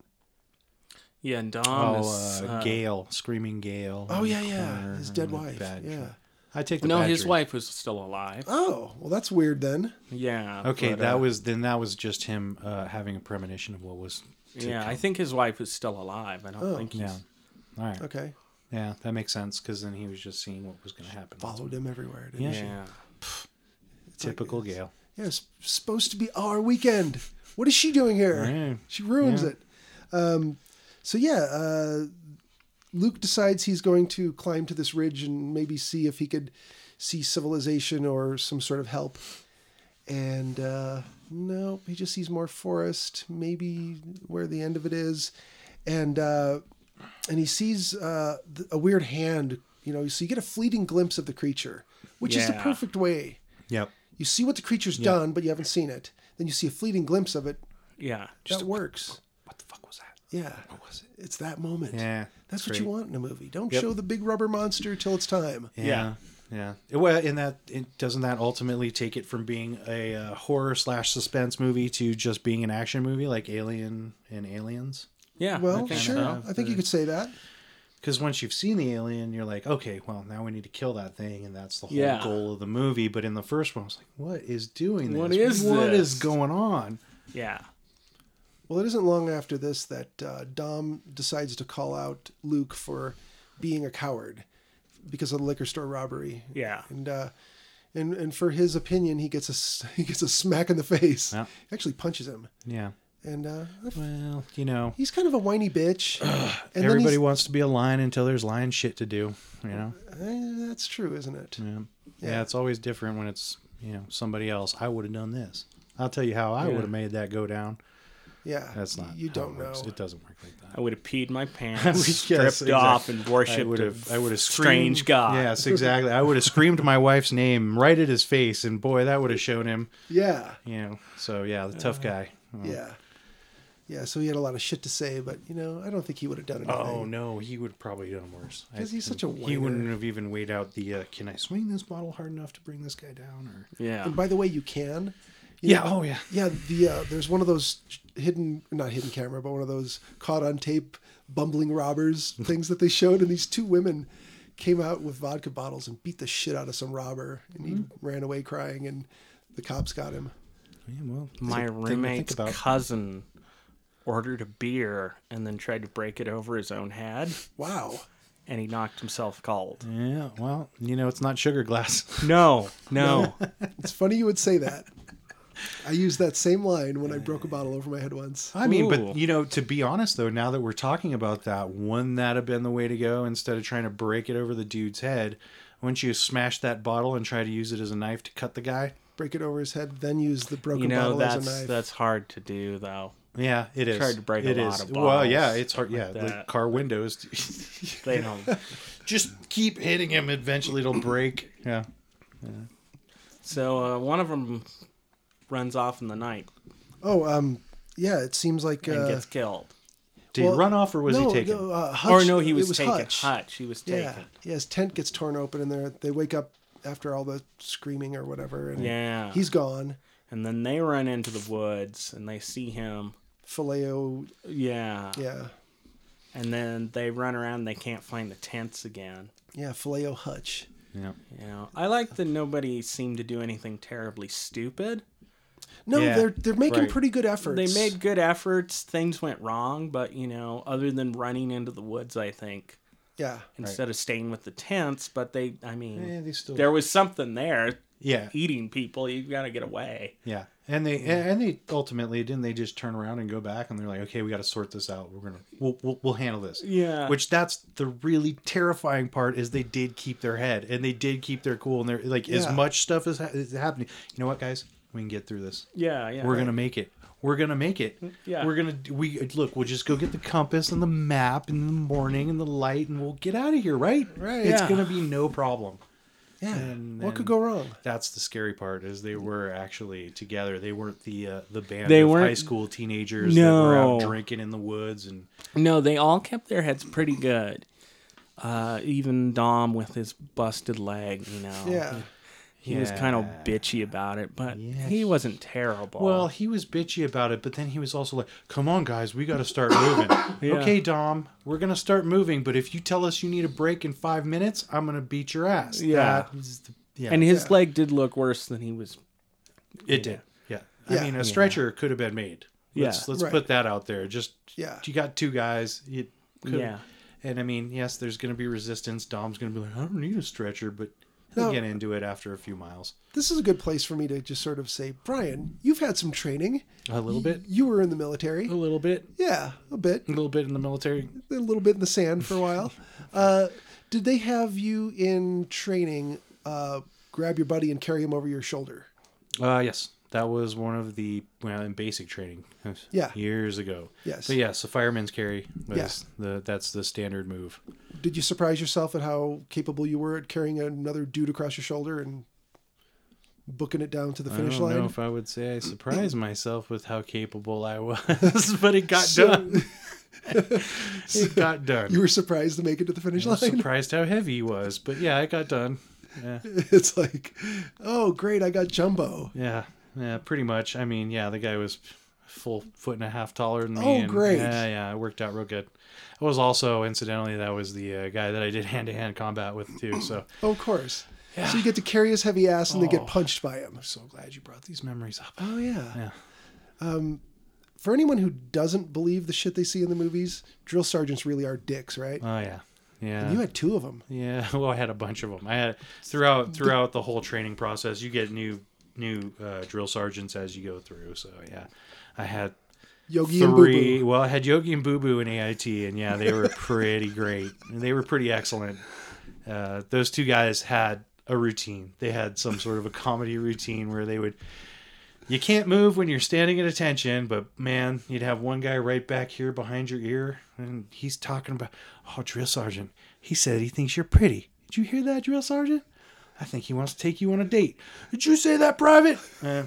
Yeah, and Dom Oh, is. uh, uh, Gail, screaming Gail. Oh, in the yeah, yeah, corner, his dead the wife, bad yeah. tree. I take the No, bad his tree. wife was still alive. Oh, well, that's weird then. Yeah. Okay, but, that uh, was then. That was just him uh, having a premonition of what was. to Yeah, I come. think his wife is still alive. I don't think he's. Yeah. All right. Okay. Yeah, that makes sense because then he was just seeing what was going to happen. Followed him everywhere. Didn't Yeah. She? Yeah. Typical Gail. yeah, it's supposed to be our weekend. What is she doing here? Yeah. She ruins Yeah. it. Um, so yeah, uh, Luke decides he's going to climb to this ridge and maybe see if he could see civilization or some sort of help. And uh, no, he just sees more forest, maybe where the end of it is, and uh, and he sees uh, th- a weird hand. You know, so you get a fleeting glimpse of the creature, which is the Yeah. perfect way. Yep. You see what the creature's done, but you haven't seen it. Then you see a fleeting glimpse of it. Yeah. that works. What the fuck was that? Yeah. What was it? It's that moment. Yeah, That's it's what you great. want in a movie. Don't Yep. show the big rubber monster till it's time. Yeah. Yeah. It- Well, in that, it, doesn't that ultimately take it from being a uh, horror slash suspense movie to just being an action movie like Alien and Aliens? Yeah. I Well, think sure. so. I think you could say that. Because once you've seen the alien, you're like, okay, well, now we need to kill that thing, and that's the whole Yeah. goal of the movie. But in the first one, I was like, what is doing this? What is What this? is going on? Yeah. Well, it isn't long after this that uh, Dom decides to call out Luke for being a coward because of the liquor store robbery. Yeah. And uh, and and for his opinion, he gets a s- he gets a smack in the face. Yeah. He actually punches him. Yeah. And uh, Well, you know, he's kind of a whiny bitch. and then everybody he's- wants to be a lion until there's lion shit to do. You know. Eh, that's true, isn't it? Yeah. yeah. Yeah. It's always different when it's you know somebody else. I would have done this. I'll tell you how I Yeah. would have made that go down. Yeah. That's not. You how don't it know. works. It doesn't work like that. I would have peed my pants, would- yes, stripped off, exactly. and worshipped I would have. a I would have strange screamed- god. Yes, exactly. I would have screamed my wife's name right at his face, and boy, that would have shown him. Yeah. You know. So yeah, the tough guy. Oh. Yeah. Yeah, so he had a lot of shit to say, but you know, I don't think he would have done anything. Oh no, he would probably done worse. I 'Cause he's think such a He whiner. wouldn't have even weighed out the. Uh, Can I swing this bottle hard enough to bring this guy down? Or Yeah. And by the way, you can. you yeah, know, oh yeah. Yeah, the uh, there's one of those hidden, not hidden camera, but one of those caught on tape bumbling robbers things that they showed, and these two women came out with vodka bottles and beat the shit out of some robber, and he Mm-hmm. ran away crying, and the cops got him. Yeah, well, it's my a thing to roommate's think about. cousin ordered a beer and then tried to break it over his own head, Wow. and he knocked himself cold. Yeah, well, you know, it's not sugar glass. No, no. It's funny you would say that. I used that same line when I broke a bottle over my head once. I mean, Ooh. but you know, to be honest though, now that we're talking about that, wouldn't that have been the way to go instead of trying to break it over the dude's head? Wouldn't you smash that bottle and try to use it as a knife to cut the guy? Break it over his head, then use the broken you know bottle as a that's knife. that's hard to do though. Yeah, it is. Tried to break a It lot is. of Well, yeah, bottles it's hard. Yeah, that. like car windows. They don't. Just keep hitting him. Eventually, it'll break. Yeah. so uh, one of them runs off in the night Oh, um, yeah. It seems like and uh, gets killed. Did well, he run off or was no, he taken? no, uh, Hutch, Or no, he it was, taken. Hutch. Hutch. He was taken. Yeah, Yeah. yeah. His tent gets torn open, and they are they wake up after all the screaming or whatever, and he's gone. and then they run into the woods and they see him. Phileo, Yeah. yeah, And then they run around. They can't find the tents again. yeah. Phileo Hutch. yeah. You know, I like that nobody seemed to do anything terribly stupid. No, Yeah, they're they're making right. pretty good efforts. They made good efforts. Things went wrong, but you know, other than running into the woods, I think yeah, instead of staying with the tents, but they, I mean, Yeah, they still- there was something there. Yeah. Eating people, you got to get away. Yeah, and they and they ultimately didn't they just turn around and go back and they're like, okay, we got to sort this out. We're gonna we'll, we'll we'll handle this. Yeah. which that's the really terrifying part is they did keep their head and they did keep their cool and they're like as Yeah. much stuff as ha- is happening. You know what, guys, we can get through this. Yeah, yeah. We're gonna make it. We're gonna make it. Yeah. We're gonna we look. We'll just go get the compass and the map in the morning and the light, and we'll get out of here. Right. Right. It's Yeah. gonna be no problem. Yeah. And what could then- go wrong? That's the scary part is they were actually together. They weren't the uh, the band They of high weren't- school teenagers that were No. out drinking in the woods and No, they all kept their heads pretty good. Uh, even Dom with his busted leg, you know. Yeah. He was kind of bitchy about it, but he wasn't terrible. Well, he was bitchy about it, but then he was also like, "Come on, guys, we got to start moving." Okay, Dom, we're gonna start moving, but if you tell us you need a break in five minutes, I'm gonna beat your ass. Yeah. That was the- yeah, and his leg did look worse than he was. it did. Yeah, Yeah. I mean, a stretcher could have been made. Yeah. Let's, let's Right. put that out there. Just Yeah. you got two guys. You could, Yeah. and I mean, yes, there's gonna be resistance. Dom's gonna be like, "I don't need a stretcher," but he'll No. get into it after a few miles. This is a good place for me to just sort of say, Brian, you've had some training. A little bit, You were in the military. a little bit, Yeah, a bit. a little bit in the military. a little bit in the sand for a while. Uh, did they have you in training uh, grab your buddy and carry him over your shoulder? Uh, yes, that was one of the well in basic training. Yeah. years ago. Yes. but yes, the fireman's carry. Was Yes. the that's the standard move. Did you surprise yourself at how capable you were at carrying another dude across your shoulder and booking it down to the I finish don't know line? if I would say I surprised myself with how capable I was, but it got done. it got done. You were surprised to make it to the finish I was line. surprised how heavy he was, but yeah, it got done. Yeah, It's like, oh great, I got jumbo. yeah, yeah, pretty much. I mean, yeah, the guy was full foot and a half taller than me. Oh, and great. Yeah, yeah, it worked out real good. I was also, incidentally, that was the uh, guy that I did hand to hand combat with too. So Oh, of course. So you get to carry his heavy ass and then Oh. get punched by him. so glad you brought these memories up. Oh yeah. Yeah. Um, for anyone who doesn't believe the shit they see in the movies, drill sergeants really are dicks, right? Oh yeah, yeah. you had two of them. Yeah, well, I had a bunch of them. I had throughout throughout the whole training process. You get new new uh, drill sergeants as you go through. So yeah, I had Yogi and Boo three. Boo. Well, I had Yogi and Boo Boo in AIT, and yeah, they were pretty great. And they were pretty excellent. Uh, those two guys had a routine. They had some sort of a comedy routine where they would. You can't move when you're standing at attention, but man, you'd have one guy right back here behind your ear, and he's talking about, oh, drill sergeant, he said he thinks you're pretty. Did you hear that, drill sergeant? I think he wants to take you on a date. Did you say that, private? Uh,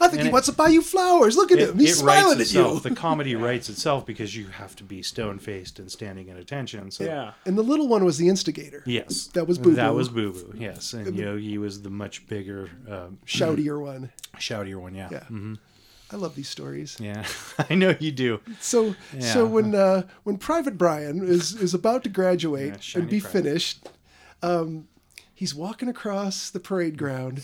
I think and he it- wants to buy you flowers. Look at him. He's writes smiling at itself. you. The comedy writes itself because you have to be stone faced and standing at attention. So Yeah. And the little one was the instigator. yes, That was Boo That Boo. was Boo Boo. Yes, and Yogi was the much bigger, um, Shoutier one. shoutier one. Yeah, Yeah. Mm, I love these stories. yeah. I know you do. So Yeah. so when uh, when Private Brian is is about to graduate Yeah, shiny and be Private. finished, um, he's walking across the parade ground.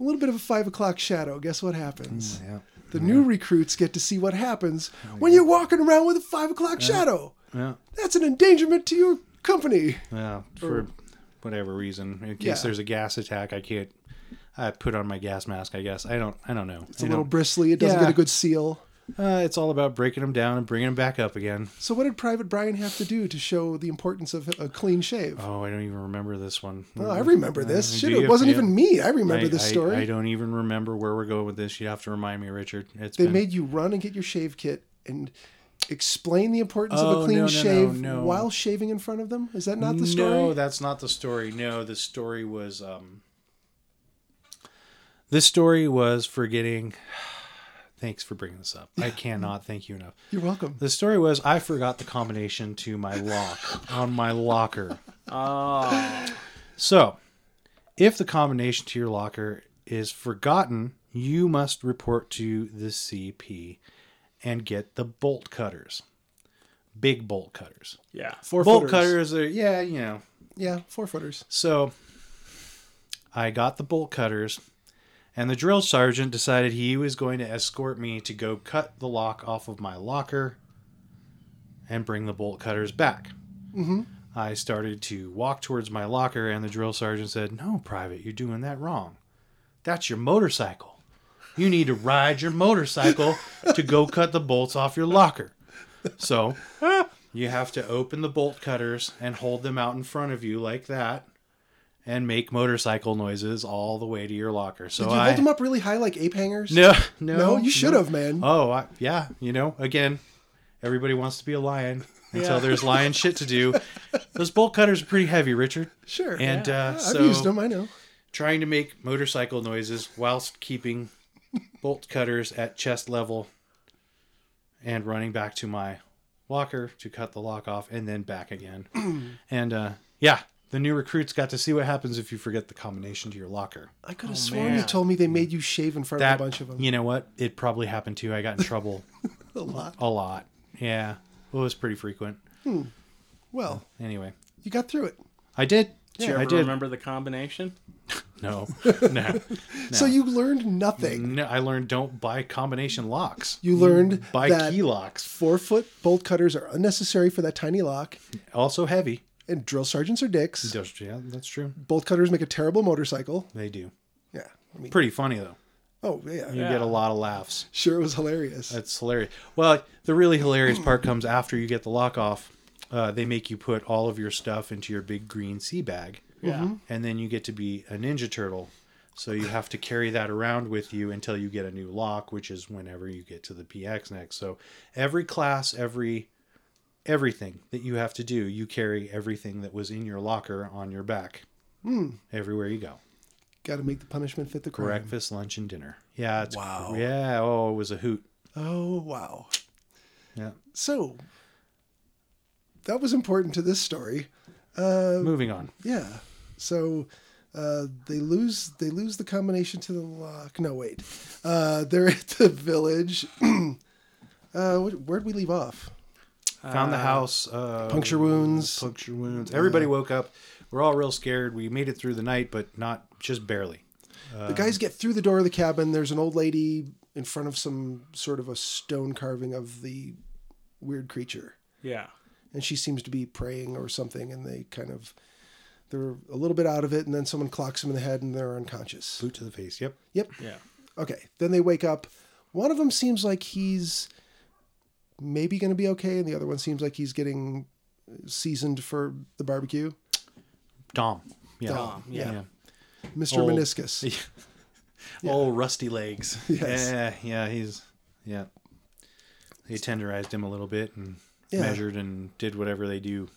A little bit of a five o'clock shadow. Guess what happens? Yeah, The new recruits get to see what happens when you're walking around with a five o'clock shadow. yeah. That's an endangerment to your company. Well, for whatever reason, in case Yeah. there's a gas attack, I can't. I put on my gas mask. I guess I don't. I don't know. It's a little bristly. It doesn't Yeah. get a good seal. Uh, it's all about breaking them down and bringing them back up again. So what did Private Brian have to do to show the importance of a clean shave? Oh, I don't even remember this one. Well, I remember this. Uh, Shit, do it you? wasn't Yeah. even me. I remember I- this I- story. I, don't even remember where we're going with this. You have to remind me, Richard. It's they been- made you run and get your shave kit and explain the importance of Oh, a clean no, no, no, shave no. while shaving in front of them. Is that not the No, story? that's not the story. No, the story was um This story was forgetting Thanks for bringing this up. I cannot thank you enough. You're welcome. The story was I forgot the combination to my lock on my locker. So, if the combination to your locker is forgotten, you must report to the CP and get the bolt cutters. Big bolt cutters. Yeah. Four Bolt footers. cutters are, yeah, you know. Yeah, four footers. So, I got the bolt cutters, and the drill sergeant decided he was going to escort me to go cut the lock off of my locker and bring the bolt cutters back. Mm-hmm. I started to walk towards my locker, and the drill sergeant said, No, Private, you're doing that wrong. That's your motorcycle. You need to ride your motorcycle to go cut the bolts off your locker. So you have to open the bolt cutters and hold them out in front of you like that and make motorcycle noises all the way to your locker. So Did you I hold them up really high like ape hangers? No, no. No, you should have, man. Oh, I, yeah. You know, again, everybody wants to be a lion until there's lion shit to do. Those bolt cutters are pretty heavy, Richard. Sure. And uh, I've so used them. I know. trying to make motorcycle noises whilst keeping bolt cutters at chest level and running back to my locker to cut the lock off and then back again. and uh, yeah, the new recruits got to see what happens if you forget the combination to your locker. I could have sworn you Oh, man. told me they made you shave in front That of a bunch of them. you know what? It probably happened to you. I got in trouble A lot. a lot. Yeah, it was pretty frequent. Well, Anyway, you got through it. I did. Did you I ever did. remember the combination? No, no, Mm, So you learned nothing. no. I learned don't buy combination locks. You learned buy that mm, key locks. four foot bolt cutters are unnecessary for that tiny lock, Also heavy. and drill sergeants are dicks. Does- Yeah, that's true. Bolt cutters make a terrible motorcycle. They do. Yeah. I mean, Pretty funny though. oh, yeah. You get a lot of laughs. Sure, it was hilarious. That's hilarious. Well, the really hilarious part comes after you get the lock off. Uh, they make you put all of your stuff into your big green sea bag. Yeah. And then you get to be a Ninja Turtle. So you have to carry that around with you until you get a new lock, which is whenever you get to the PX next. So every class, every everything that you have to do, you carry everything that was in your locker on your back. Everywhere you go. Got to make the punishment fit the crime. breakfast, lunch, and dinner. Yeah, it's wow. Yeah, oh, it was a hoot. Oh, wow. Yeah. So that was important to this story. Moving on. Yeah. So uh, they lose they lose the combination to the lock. No, wait. Uh, they're at the village. uh, wh- where'd we leave off? Found the house. Uh, Puncture wounds. Puncture wounds. Everybody woke up. We're all real scared. We made it through the night, but not just barely. the guys get through the door of the cabin. There's an old lady in front of some sort of a stone carving of the weird creature. Yeah. and she seems to be praying or something and they kind of they're a little bit out of it and then someone clocks them in the head and they're unconscious Boot to the face. Yep. yep Yeah. okay then they wake up one of them seems like he's maybe going to be okay and the other one seems like he's getting seasoned for the barbecue Dom. Yeah. Dom, yeah. yeah. mr Old. meniscus Oh, rusty legs. Yes. Yeah. Yeah. He's. Yeah. They tenderized him a little bit and Yeah. measured and did whatever they do.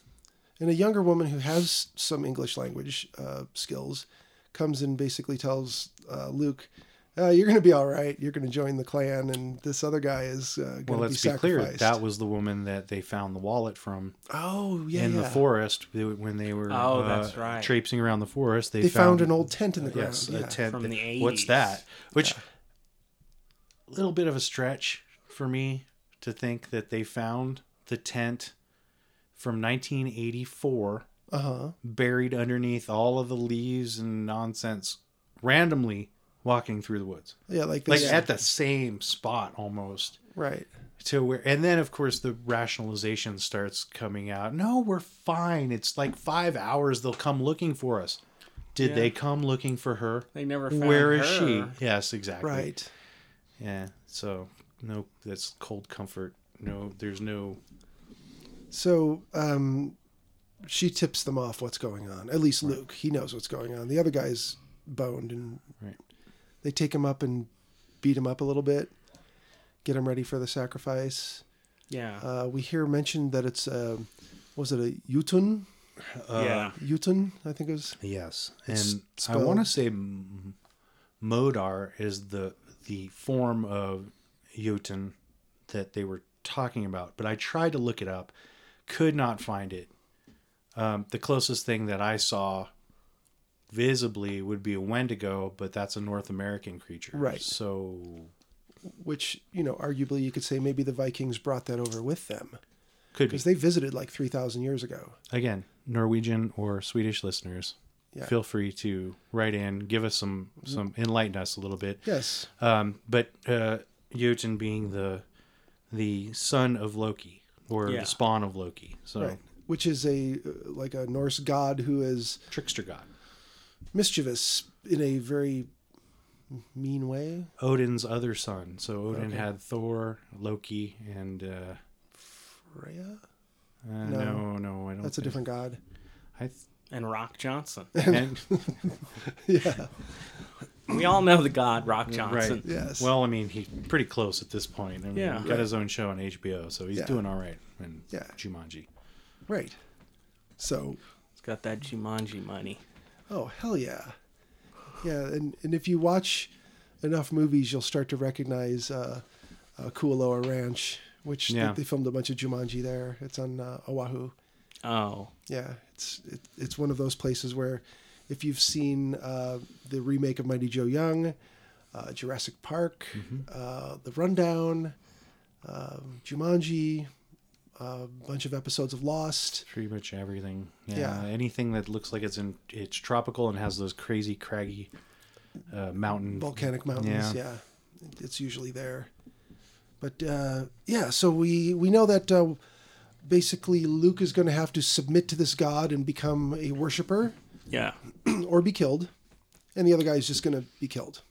and a younger woman who has some english language uh, skills comes and basically tells uh, luke uh, you're going to be all right. You're going to join the clan, and this other guy is uh, going Well, to be let's be, sacrificed. clear. That was the woman that they found the wallet from. Oh yeah, in yeah. the forest they- when they were Oh, uh, that's right. traipsing around the forest they, They found, an old tent in the ground. yes Uh, yeah. a tent From that- the what's 80s. that which a little bit of a stretch for me to think that they found the tent from 1984 Uh-huh. buried underneath all of the leaves and nonsense randomly walking through the woods Yeah, like like this. at the same spot almost right. to where and then of course the rationalization starts coming out no we're fine it's like five hours they'll come looking for us did they come looking for her They never found where is her. she yes exactly Right. yeah so no that's cold comfort no there's no So, um she tips them off what's going on. At least Luke, he knows what's going on. The other guy's boned and Right. they take him up and beat him up a little bit. Get him ready for the sacrifice. Yeah. Uh, we hear mentioned that it's uh, was it a Yutun? yeah. Yutun, I think it was. yes It's and i spelled- want to say M- modar is the the form of jotun that they were talking about but i tried to look it up could not find it um, the closest thing that I saw visibly would be a Wendigo, but that's a North American creature. Right. So Which, you know, arguably you could say maybe the Vikings brought that over with them could be because they visited like 3,000 years ago. again Norwegian or Swedish listeners. Yeah. Mm-hmm. Feel free to write in, give us some some enlighten us a little bit. Yes. Um, but uh, Jotun being the the son of Loki or Yeah. the spawn of Loki, so Right. Which is a uh, like a Norse god who is trickster god. mischievous in a very mean way. Odin's other son. So Odin had Thor, Loki, and uh, Rhea? Uh, no, no, I don't. That's a think- different god. I And Rock Johnson. th- and- Yeah. we all know the god Rock Johnson. right. Yes. Well, I mean, he's pretty close at this point. I mean, Yeah. He got his own show on HBO, so he's Yeah. doing all right. And Yeah. Jumanji. Right. So, It's got that Jumanji money. oh hell yeah, yeah. And and if you watch enough movies, you'll start to recognize uh, uh, Kualoa Ranch, which they- Yeah. they, filmed a bunch of Jumanji there. It's on uh, Oahu. Oh, Yeah, it's it, it's one of those places where, if you've seen uh, the remake of Mighty Joe Young, uh, Jurassic Park, uh, The Rundown, um, Jumanji, a bunch of episodes of Lost, Pretty much everything. Yeah. Yeah, anything that looks like it's in it's tropical and has those crazy craggy uh, mountain volcanic mountains, Yeah. yeah, It- it's usually there. But uh, yeah, so we we know that uh, basically Luke is going to have to submit to this god and become a worshipper yeah, or be killed, and the other guy is just going to be killed.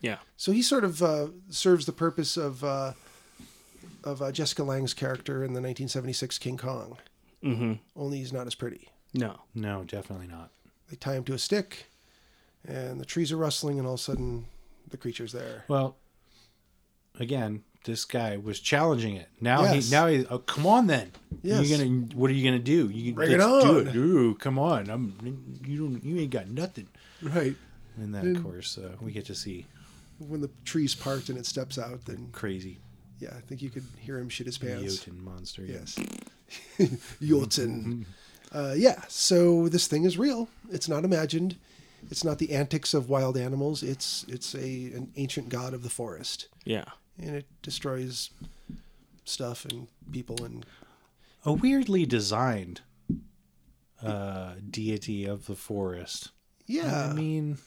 yeah. So he sort of uh, serves the purpose of uh, of uh, Jessica Lang's character in the 1976 King Kong. Mm-hmm. Only he's not as pretty. No, No, definitely not. They tie him to a stick, and the trees are rustling, and all of a sudden, the creature's there. Well, again, this guy was challenging it. Now Yes. he now he oh, come on then. Yes. You're gonna what are you gonna do? You Bring it let's on. Do it. Ooh, come on. I'm you don't you ain't got nothing. Right And then of course uh, we get to see when the trees part and it steps out, then crazy yeah, I think you could hear him shit his pants. Jotun monster. Yes, Jotun. Uh, yeah, so this thing is real. It's not imagined. It's not the antics of wild animals. It's it's a an ancient god of the forest. yeah. and it destroys stuff and people and A weirdly designed uh deity of the forest. yeah I mean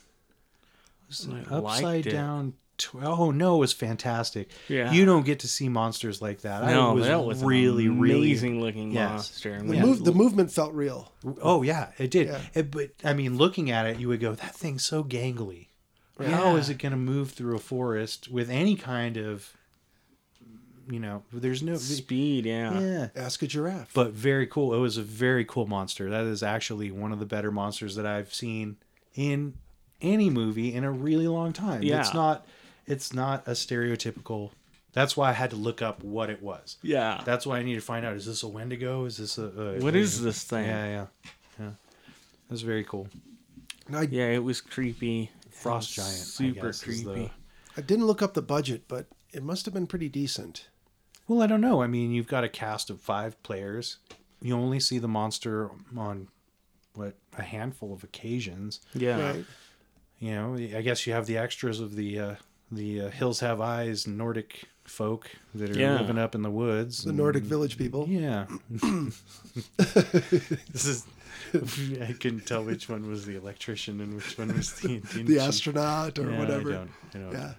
Uh, I liked upside it. down. Tw- oh no, it was fantastic. Yeah. you don't get to see monsters like that. I No, was that was really, really, an amazing really. looking Yes. monster. the, Yeah. move, the movement felt real Oh yeah, it did. Yeah. It- but I mean, looking at it, you would go, "That thing's so gangly. How Yeah. is it going to move through a forest with any kind of, you know? There's no Speed, yeah. yeah." ask a giraffe But very cool. It was a very cool monster. That is actually one of the better monsters that I've seen in any movie in a really long time. Yeah. It's not. It's not a stereotypical. That's why I had to look up what it was. Yeah. That's why I need to find out. Is this a Wendigo? Is this a, a what is this thing? Yeah, Yeah, yeah, yeah. That's very cool. and I, it was creepy. It Frost was giant. I Super guess, is the- creepy. I didn't look up the budget but it must have been pretty decent Well, I don't know. I mean, you've got a cast of five players. You only see the monster on what a handful of occasions. Yeah. right You know, I guess you have the extras of the uh, the uh, Hills Have Eyes Nordic folk that are Yeah. living up in the woods. the nordic village people Mm, Yeah. this is. I couldn't tell which one was the electrician and which one was the Indian the chief. astronaut or Yeah, I whatever don't- I don't- yeah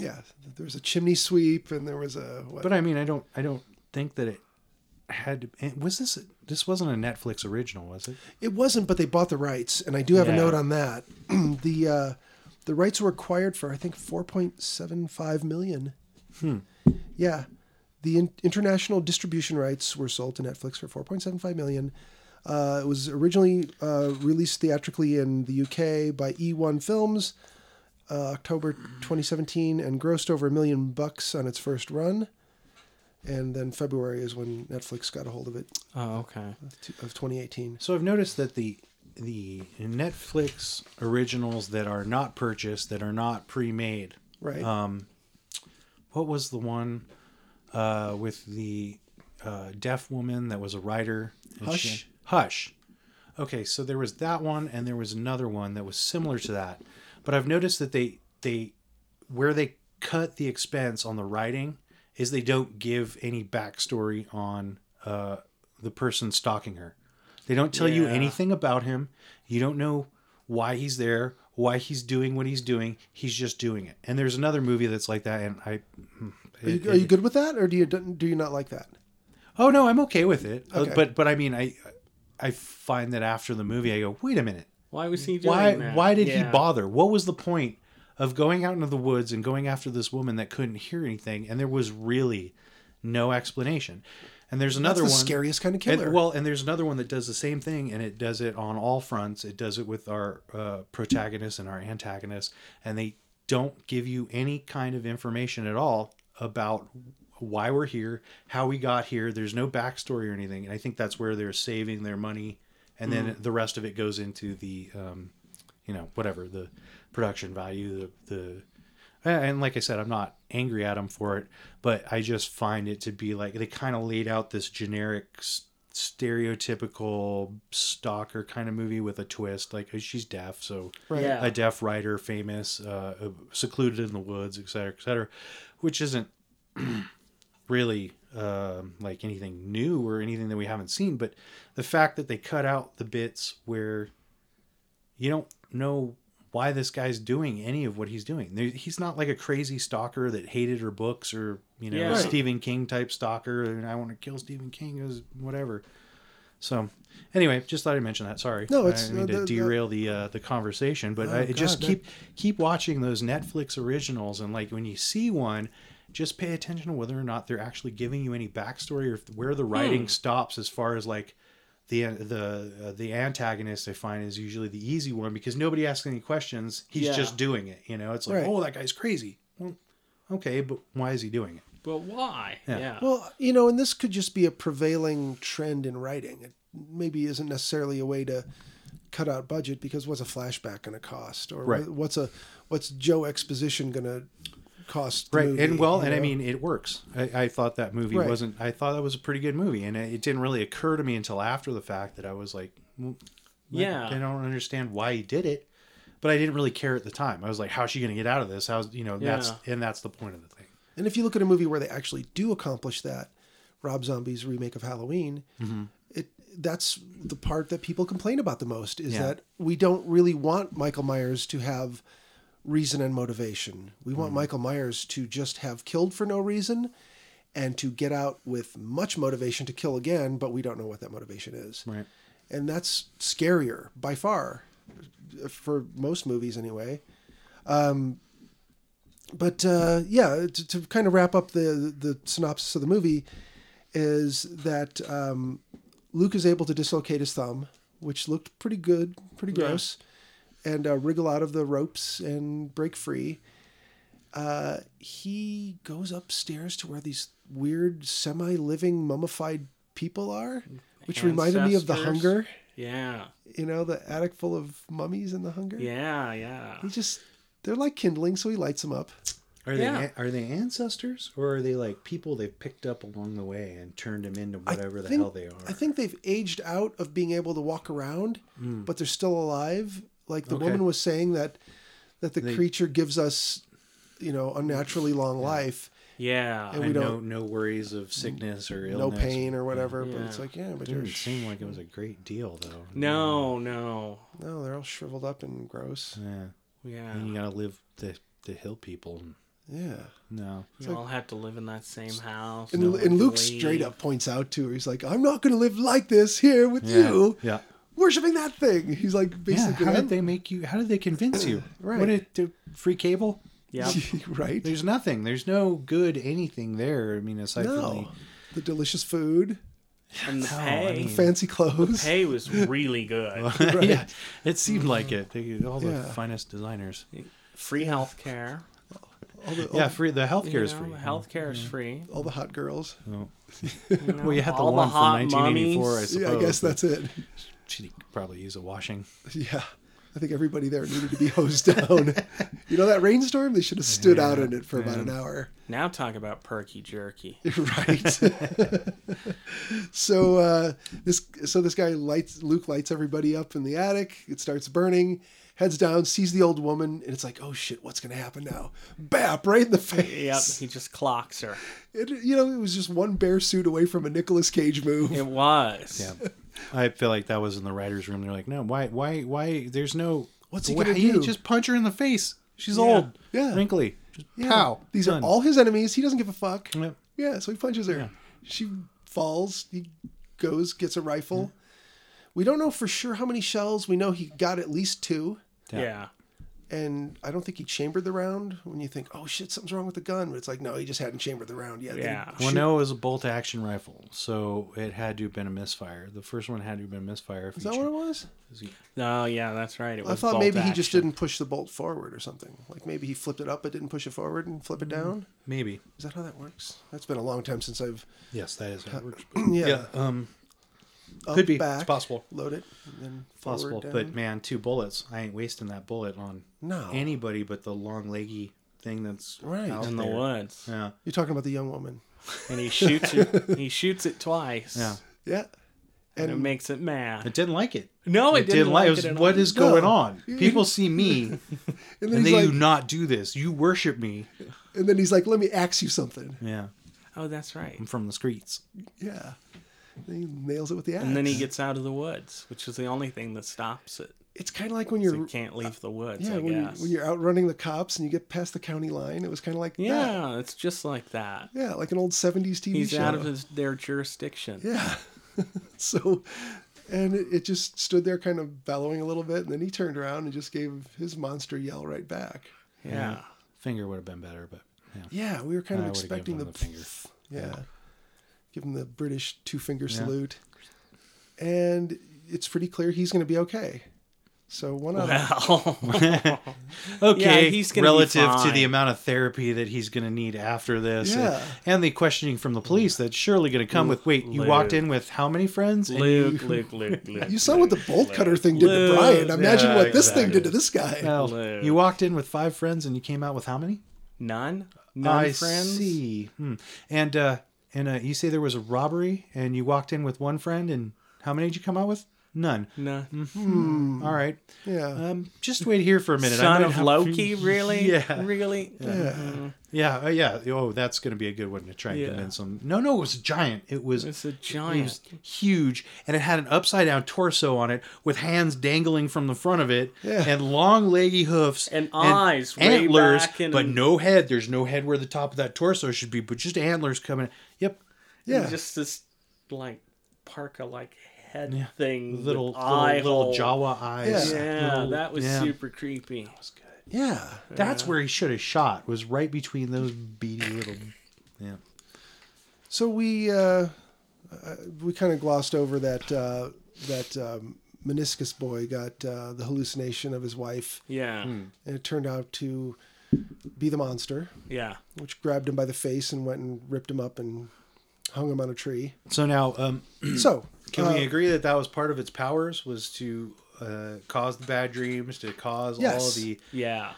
yeah there was a chimney sweep and there was a what? But I mean, I don't, I don't think that it had. to- and Was this? This wasn't a Netflix original, was it? It wasn't, but they bought the rights, and I do have a Yeah. note on that. the uh, the rights were acquired for I think four point seven five million. Hmm. Yeah, the in- international distribution rights were sold to Netflix for four point seven five million. Uh, it was originally uh, released theatrically in the UK by E1 Films, uh, October 2017, and grossed over a million bucks on its first run. And then February is when Netflix got a hold of it Oh, okay. of 2018. So I've noticed that the the Netflix originals that are not purchased, that are not pre-made. Right. What was the one uh, with the uh, deaf woman that was a writer? and she- Hush? Hush. Okay, so there was that one, and there was another one that was similar to that. But I've noticed that they they where they cut the expense on the writing is they don't give any backstory on uh, the person stalking her. They don't tell you Yeah. anything about him. You don't know why he's there, why he's doing what he's doing. He's just doing it. And there's another movie that's like that, and I. hmm, Are you, are you good with that, or do you do you not like that? Oh no, I'm okay with it. Uh, Okay. but but I mean, I I find that after the movie, I go, wait a minute. Why was he doing Why that? why did Yeah. he bother? What was the point of going out into the woods and going after this woman that couldn't hear anything? And there was really no explanation. And there's another the one scariest kind of And- killer. well, and there's another one that does the same thing, and it does it on all fronts. It does it with our uh, protagonist and our antagonist, and they don't give you any kind of information at all about why we're here, how we got here. There's no backstory or anything, and I think that's where they're saving their money, and then the rest of it goes into the, um, you know, whatever the production value, the the. And and like I said, I'm not angry at them for it, but I just find it to be like they kind of laid out this generic, s- stereotypical stalker kind of movie with a twist. Like she's deaf, so Right. Yeah. a deaf writer, famous, uh, secluded in the woods, et cetera, et cetera, which isn't really um like anything new or anything that we haven't seen. But the fact that they cut out the bits where you don't know why this guy's doing any of what he's doing. There- He's not like a crazy stalker that hated her books or you know Yeah. Right. Stephen King type stalker and I want to kill Stephen King is whatever. So, anyway, just thought I'd mention that. Sorry, No, I it's- didn't mean uh, to the- the- derail the uh, the conversation, but Oh, I I just God, that- keep keep watching those Netflix originals, and like when you see one, just pay attention to whether or not they're actually giving you any backstory or if, where the writing stops as far as like the the uh, the antagonist I find is usually the easy one because nobody asks any questions. He's Yeah. just doing it. You know, it's like, Right. oh, that guy's crazy. Well, okay, but why is he doing it? But why? Yeah. Well, you know, and this could just be a prevailing trend in writing. It maybe isn't necessarily a way to cut out budget because what's a flashback going to cost, or Right. what's a what's Joe exposition going to cost? the right movie, and well you and i know? mean it works i, I thought that movie Right. wasn't i thought that was a pretty good movie and it, it didn't really occur to me until after the fact that i was like well, Yeah. i don't understand why he did it but i didn't really care at the time i was like how's she gonna get out of this how's you know that's and that's the point of the thing And if you look at a movie where they actually do accomplish that, Rob Zombie's remake of Halloween, Mm-hmm. it that's the part that people complain about the most is Yeah. that we don't really want Michael Myers to have reason and motivation. We Mm-hmm. want Michael Myers to just have killed for no reason and to get out with much motivation to kill again, but we don't know what that motivation is. right And that's scarier by far for most movies anyway. Um, but uh, yeah, to, to kind of wrap up the the synopsis of the movie is that um, Luke is able to dislocate his thumb, which looked pretty good, pretty gross, and uh, wriggle out of the ropes and break free. Uh, he goes upstairs to where these weird semi-living mummified people are, which reminded me of the Ancestors. Hunger. Yeah. You know, the attic full of mummies and the Hunger. Yeah. Yeah. He just they're like kindling, so he lights them up. are Yeah. they are they ancestors or are they like people they've picked up along the way and turned them into whatever the think- hell they are I think they've aged out of being able to walk around, but they're still alive. Like the Mm. Okay. woman was saying that that the creature gives us, you know, unnaturally long life, Yeah. we And no don't- no worries of sickness or no illness pain or whatever. But Yeah. it's like, yeah, but didn't you're seem like it was a great deal though No. No. no, they're all shriveled up and gross. yeah Yeah. And you gotta live the the hill people. Yeah, No. You all have to live in that same house. and, no one and can Luke leave. straight up points out to her. He's like, I'm not gonna live like this here with you, Yeah. worshiping that thing. He's like, Yeah. basically, How "I'm- did they make you? How did they convince you? Right. What did the free cable? Yeah. right? There's nothing. There's no good anything there. I mean, aside from no, the, Oh, the delicious food, And the I pay. mean- fancy clothes. pay was really good. yeah, it seemed like it. They, all the Yeah. finest designers. free health care. all the, all, Yeah, free. The healthcare You is know, free. Oh. Healthcare Mm-hmm. is free. all the hot girls. you know, Well, you had the all one from hot 1984, I mummies. suppose. yeah, I guess but that's it. She could probably use a washing. Yeah. I think everybody there needed to be hosed down. you know that rainstorm? They should have stood out in it for about an hour. Now talk about perky jerky. right. so uh, this so this guy lights Luke lights everybody up in the attic. It starts burning. Heads down, sees the old woman, and it's like, oh shit, what's gonna happen now? Bap, right in the Yep, face. he just clocks her. It, you know, it was just one bear suit away from a Nicolas Cage move. It was. Yeah. I feel like that was in the writers' room. They're like, no, why, why, why? There's no. What's he why- gonna yeah, do? Just punch her in the face. She's Yeah. old, Yeah. wrinkly. Just Yeah. pow. These Done. are all his enemies. He doesn't give a fuck. Yep. Yeah, so he punches her. She falls. He goes, gets a rifle. We don't know for sure how many shells. We know he got at least two. Yeah. and I don't think he chambered the round. When you think, oh shit, something's wrong with the gun, but it's like, no, he just hadn't chambered the round yet. They Yeah. shoot- Well, no, it was a bolt action rifle, so it had to have been a misfire. The first one had to have been a misfire. Is that what it was? Oh yeah, that's right. It was I thought bolt maybe he just action. didn't push the bolt forward or something. Like maybe he flipped it up but didn't push it forward and flip it down. Maybe. Is that how that works? That's been a long time since I've Yes, that is how it works. yeah, yeah, um, up, could be. It's back, possible. Load it and then forward, possible. down. But man, two bullets. I ain't wasting that bullet on No. anybody but the long leggy thing that's Right. out in the there. woods, Yeah. You're talking about the young woman. and he shoots it. He shoots it twice. Yeah. Yeah. and it And- makes it mad. It didn't like it. No, it It didn't didn't like like it. it at What all. is going No. on? People see me And then and they he's do like, not do this. You worship me. and then he's like, "Let me ax you something." Yeah. oh, that's right. I'm from the streets. Yeah. And he nails it with the axe. And then he gets out of the woods, which is the only thing that stops it. It's kind of like when So you're he can't leave the woods. yeah I when, you, guess. when you're outrunning the cops and you get past the county line. It was kind of like that. yeah, it's just like that. yeah, like an old '70s TV He's show. out of his their jurisdiction. Yeah. so, and it, it just stood there kind of bellowing a little bit. And then he turned around and just gave his monster yell right back. Yeah. Finger would have been better, but yeah. Yeah, we were kind of I would've expecting given the, him the finger. Yeah. Give him the British two finger Yeah. salute. And it's pretty clear he's going to be okay. So, one out of Well, okay Yeah, he's gonna be relative to the fine. amount of therapy that he's going to need after this Yeah. and, and the questioning from the police that's surely going to come with wait you walked in with how many friends And you- Luke, Luke, Luke, Luke. You saw what the bolt cutter thing did to Brian. Imagine Yeah, what this thing did to this exactly. guy. Well, Luke. you walked in with five friends and you came out with how many None? None I friends? see Hmm. and uh and uh, you say there was a robbery and you walked in with one friend and how many did you come out with none Mm-hmm. No. all right Yeah. um just wait here for a minute Hmm. I Son might of have- Loki, really? Yeah. Really? yeah. yeah uh, yeah oh that's going to be a good one to try and Yeah. convince him no no it was a giant it was It's a It giant. was huge, and it had an upside down torso on it with hands dangling from the front of it, Yeah. and long leggy hoofs, And eyes way back and- but no head. There's no head where the top of that torso should be, but just antlers coming. Yep, Yeah. Just this, like, parka like head Yeah. thing. with little eye little, little hole. Jawa eyes. Yeah. Yeah, Little- that was yeah. super creepy. yeah. That's where he should have shot. Was right between those beady little. Yeah. So we uh, uh, we kind of glossed over that uh, that um, meniscus boy got uh, the hallucination of his wife, Yeah. and it turned out to be the monster, Yeah. which grabbed him by the face and went and ripped him up and hung him on a tree. So now, um, So can uh, we agree that that was part of its powers was to uh, cause the bad dreams, to cause all Yes. the Yeah.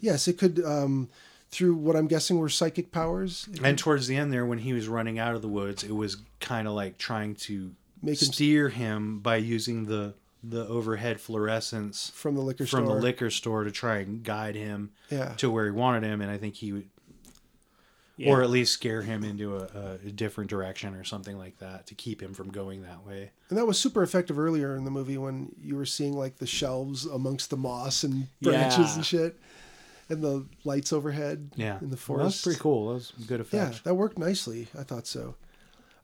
Yes, it could um, through what I'm guessing were psychic powers. And towards the end there, when he was running out of the woods, it was kind of like trying to Make him- steer him by using the the overhead fluorescence From the liquor from the store. liquor store to try and guide him Yeah. to where he wanted him. And I think he would, Yeah. or at least scare him into a, a different direction or something like that to keep him from going that way. And that was super effective earlier in the movie when you were seeing like the shelves amongst the moss and branches Yeah. and shit, and the lights overhead. Yeah, in the Well, that's forest. pretty cool. That was a good Yeah, effect. that worked nicely. I thought so.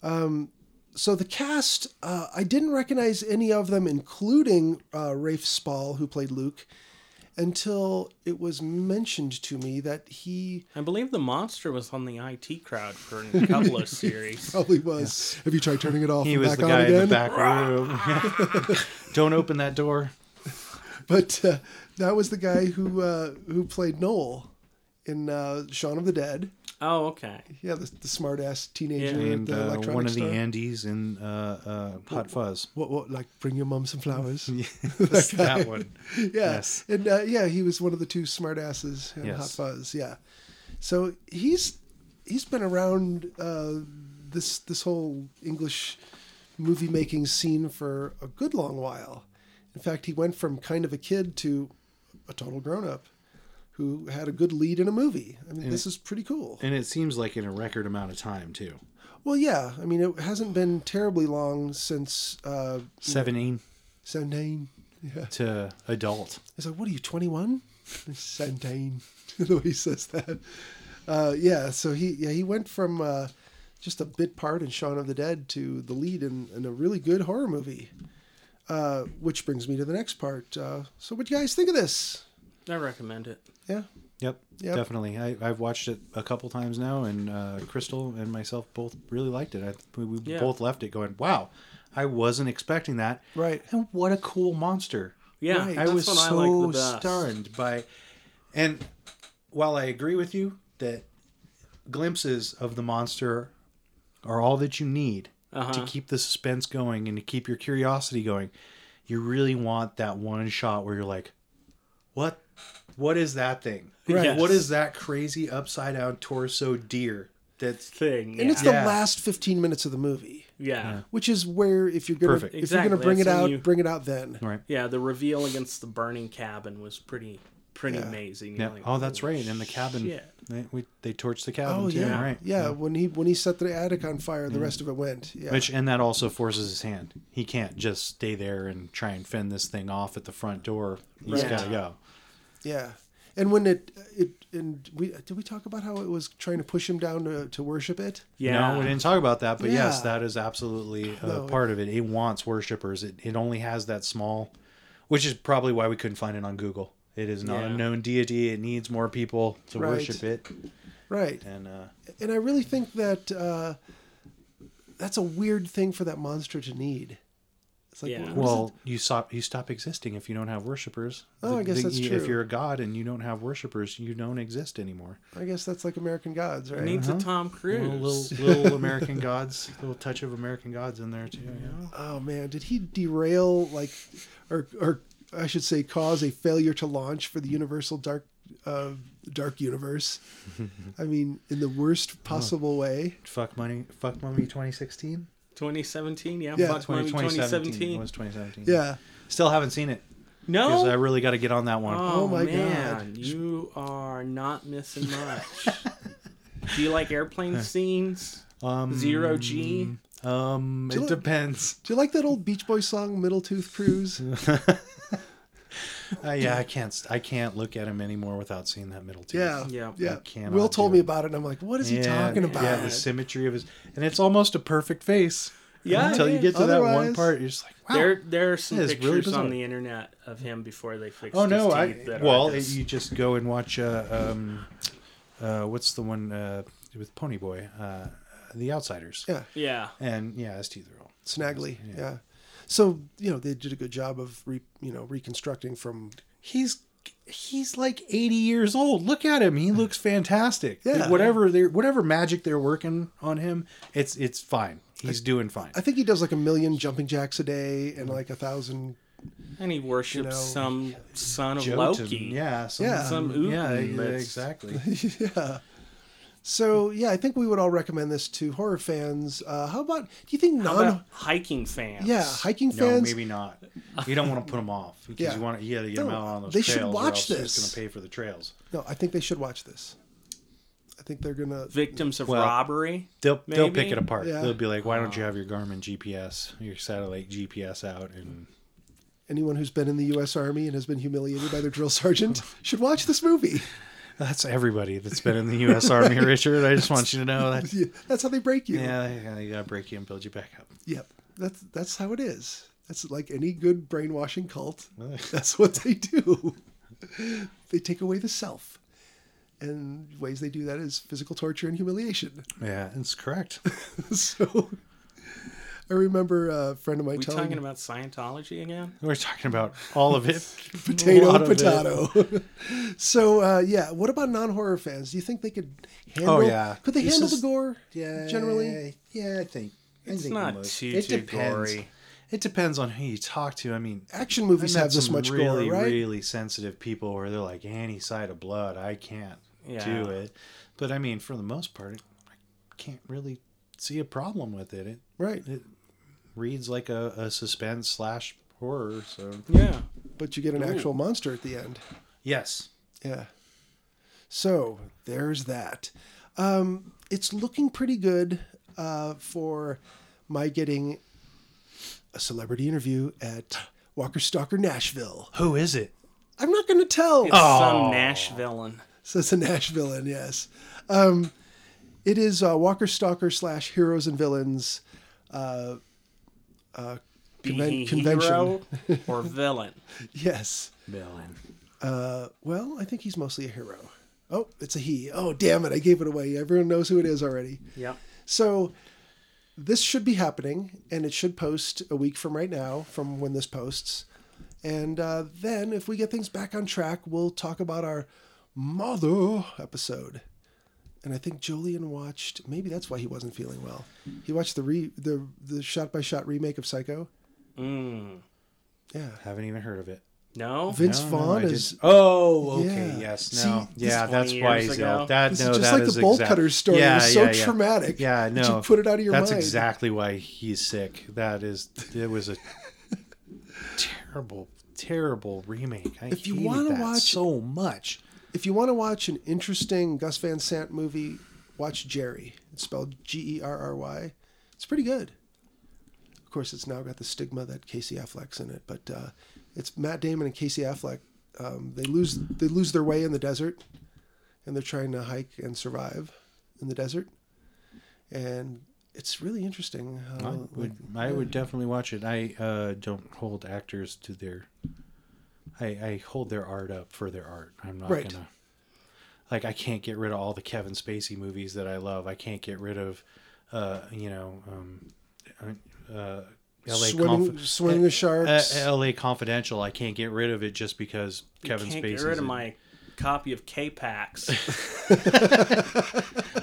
Um, so the cast, uh, I didn't recognize any of them, including uh, Rafe Spall, who played Luke, until it was mentioned to me that he I believe the monster was on the IT crowd for a couple of series. probably was. Have you tried turning it off? He and was back the on guy in again? the back room. Don't open that door. But uh, that was the guy who uh, who played Noel in uh, Shaun of the Dead. Oh, okay. Yeah, the, the smart ass teenager Yeah. at And the uh, electronic one of store. the Andes in uh, uh, Hot Fuzz. what, what, like, bring your mom some flowers. That's that one. yeah. Yes. And uh, yeah, he was one of the two smartasses in Yes. Hot Fuzz. Yeah. So he's he's been around uh, this this whole English movie making scene for a good long while. In fact, he went from kind of a kid to a total grown up who had a good lead in a movie. I mean, this is pretty cool. And it seems like in a record amount of time too. Well, yeah. I mean, it hasn't been terribly long since uh, Seventeen seventeen. Yeah. to adult. He's like, "What are you, 21?" Seventeen. the way he says that. Uh, yeah. So he yeah he went from uh, just a bit part in Shaun of the Dead to the lead in, in a really good horror movie. Uh, which brings me to the next part. Uh, so, what do you guys think of this? I recommend it. Yeah. Yep, Yep. definitely. I, I've watched it a couple times now, and uh, Crystal and myself both really liked it. I, we we Yeah. both left it going, "Wow, I wasn't expecting that." Right. And what a cool monster! Yeah, I that's was what I so like the best. stunned by. And while I agree with you that glimpses of the monster are all that you need Uh-huh. to keep the suspense going and to keep your curiosity going, you really want that one shot where you're like, "What? What is that thing? Right. What Yes. is that crazy upside down torso deer?" That's Thing. And it's yeah. the Yeah. last 15 minutes of the movie, yeah. which is where if you're gonna Perfect. if you're gonna Exactly, bring it that's when out, you- bring it out then. right. Yeah, the reveal against the burning cabin was pretty pretty amazing. Yeah. You're like, oh, that's "Holy right. And the cabin, shit." they, we, they torched the cabin Oh too. yeah. Right. yeah, When he when he set the attic on fire, the rest of it went. Yeah. Which and that also forces his hand. He can't just stay there and try and fend this thing off at the front door. He's Right. gotta go. Yeah, and when it it and we did we talk about how it was trying to push him down to to worship it? Yeah. No, we didn't talk about that, but yes, Yeah. that is absolutely a No, it- part of it. It wants worshippers. It it only has that small, which is probably why we couldn't find it on Google. It is not Yeah. a known deity. It needs more people to Right. worship it. Right. And uh, And I really think that uh, that's a weird thing for that monster to need. It's like Yeah. what is well, you stop you stop existing if you don't have worshippers. Oh, I guess that's If true. you're a god and you don't have worshippers, you don't exist anymore. it? I guess that's like American Gods, right? Needs a Tom Cruise. Uh-huh. Little, little, little American gods, little touch of American gods in there too. You know? Oh man, did he derail like, or or I should say, cause a failure to launch for the Universal Dark uh, Dark Universe? I mean, in the worst possible way. Fuck money, fuck mummy 2016. 2017, yeah, Yeah. fuck Mummy 2017. It was 2017. Yeah. Oh. Still haven't seen it because I No, really got to get on that one. oh, my my God. man, you are not missing much. Do you like airplane scenes? Oh. Um, Zero G. Um, it look- depends. Do you like that old Beach Boy song, Middle Tooth Cruise? Uh, yeah, I can't. s- I can't look at him anymore without seeing that middle tooth. Yeah. Yeah. Yeah. I cannot Will told do me it. about it, and I'm like, what is Yeah, he talking about? Yeah, the symmetry of his, and it's almost a perfect face. Yeah, until it you get to that one Otherwise- part, you're just like, wow. There, there are some That is really pictures on bizarre. the internet of him before they fixed. Oh no! his I teeth that are well, this- you just go and watch. Uh, um, uh, what's the one uh, with Pony Boy? Uh, the Outsiders. Yeah. yeah, And yeah, his teeth are all. Snaggly. Yeah. So you know they did a good job of re, you know reconstructing from. He's he's like eighty years old. Look at him. He looks fantastic. Yeah. Like, whatever they are whatever magic they're working on him, it's it's fine. He's doing fine. I think he does like a million jumping jacks a day Mm-hmm. and like a thousand. and he worships know, some son of Jotun, Loki. Yeah. Some, Yeah. Some Uten yeah. that's- Exactly. So yeah, I think we would all recommend this to horror fans. Uh, how about? Do you think How non? about hiking fans. yeah, hiking No, fans. maybe not. You don't want to put them off because Yeah. you want to, you got to get them No, out on those they should trails. or watch else they're just this. going to pay for the trails. No, I think they should watch this. I think they're gonna. victims of Well- robbery. They'll they'll Maybe. pick it apart. Yeah. They'll be like, "Why don't you have your Garmin GPS, your satellite GPS out?" And Anyone who's been in the U.S. Army and has been humiliated by their drill sergeant should watch this movie. that's everybody that's been in the U.S. Army, Richard. I just want you to know that. Yeah, That's how they break you. Yeah, they- they gotta break you and build you back up. Yep. That's that's how it is. That's like any good brainwashing cult. That's what they do. they take away the self. And ways they do that is physical torture and humiliation. Yeah, it's correct. so I remember a friend of mine we telling talking about Scientology again? We're talking about all of it. A potato lot of it. potato. so uh, yeah, what about non horror fans? Do you think they could handle Oh, yeah. could they This handle is- the gore? Yeah, Generally? Yeah, I think. It's not too, too gory. It depends on who you talk to. I mean, Action movies I met have this some much really, gore, right? Really sensitive people where they're like any side of blood, I can't Yeah. do it. But I mean, for the most part, I can't really see a problem with it. It Right. reads like a, a suspense slash horror. So Yeah. But you get an actual monster at the end. yes, Yeah. So there's that. Um, it's looking pretty good uh, for my getting a celebrity interview at Walker Stalker Nashville. who is it? I'm not going to tell. It's Oh. some Nash villain. So it's a Nash villain, yes. Um, it is uh, Walker Stalker slash Heroes and Villains Be Conven- he convention. hero or villain. Yes. Villain. Uh, well, I think he's mostly a hero. Oh, it's a he. Oh, damn it! I gave it away. Everyone knows who it is already. Yep. So this should be happening, and it should post a week from right now, from when this posts. And uh, then, if we get things back on track, we'll talk about our mother episode. And I think Jolien watched. Maybe that's why he wasn't feeling well. He watched the re the the shot by shot remake of Psycho. Mm. Yeah. Haven't even heard of it. No. Vince No, no, Vaughn I is didn't- Oh, okay. Yeah. Yes. See, No. this yeah, is that's 20 why years he's ago. ill. That This is no, just that like the is bowl exact- cutter story. It Yeah, was so yeah, yeah. traumatic Yeah, that you no. put it out of your that's mind. exactly why he's sick. That is. It was a terrible, terrible remake. I If you want wanna to watch- so much, if you want to watch an interesting Gus Van Sant movie, watch Jerry. It's spelled G E R R Y. It's pretty good. Of course, it's now got the stigma that Casey Affleck's in it, but uh, it's Matt Damon and Casey Affleck. Um, they lose they lose their way in the desert, and they're trying to hike and survive in the desert, and it's really interesting. How, I would, I would definitely watch it. I uh, don't hold actors to their. I, I hold their art up for their art. I'm not Right. gonna. Like I can't get rid of all the Kevin Spacey movies that I love. I can't get rid of, uh, you know, um, uh, L.A. Swimming- Conf- Swimming with Sharks. uh, L.A. Confidential. I can't get rid of it just because Kevin Can't Spacey. get rid of my copy of K-Pax.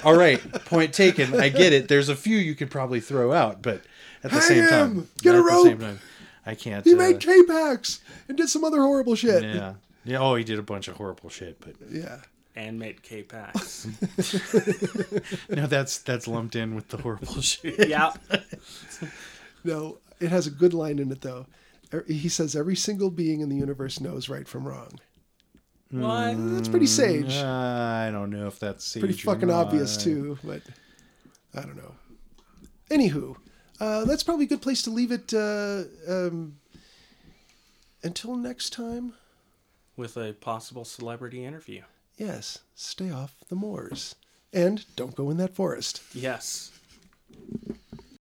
All right, point taken. I get it. There's a few you could probably throw out, but at the Hang same him! time, Get a at the same rope! time, I can't. he uh, made K Pax and did some other horrible shit. Yeah. Yeah. Oh, he did a bunch of horrible shit, but yeah. and made K-Pax. no, that's that's lumped in with the horrible shit. yep. No, it has a good line in it though. Er- He says every single being in the universe knows right from wrong. What? That's pretty sage. Uh, I don't know if that's sage pretty or fucking not. obvious too, but I don't know. Anywho, uh, that's probably a good place to leave it. Uh, um, until next time, With a possible celebrity interview. yes, stay off the moors and don't go in that forest. Yes.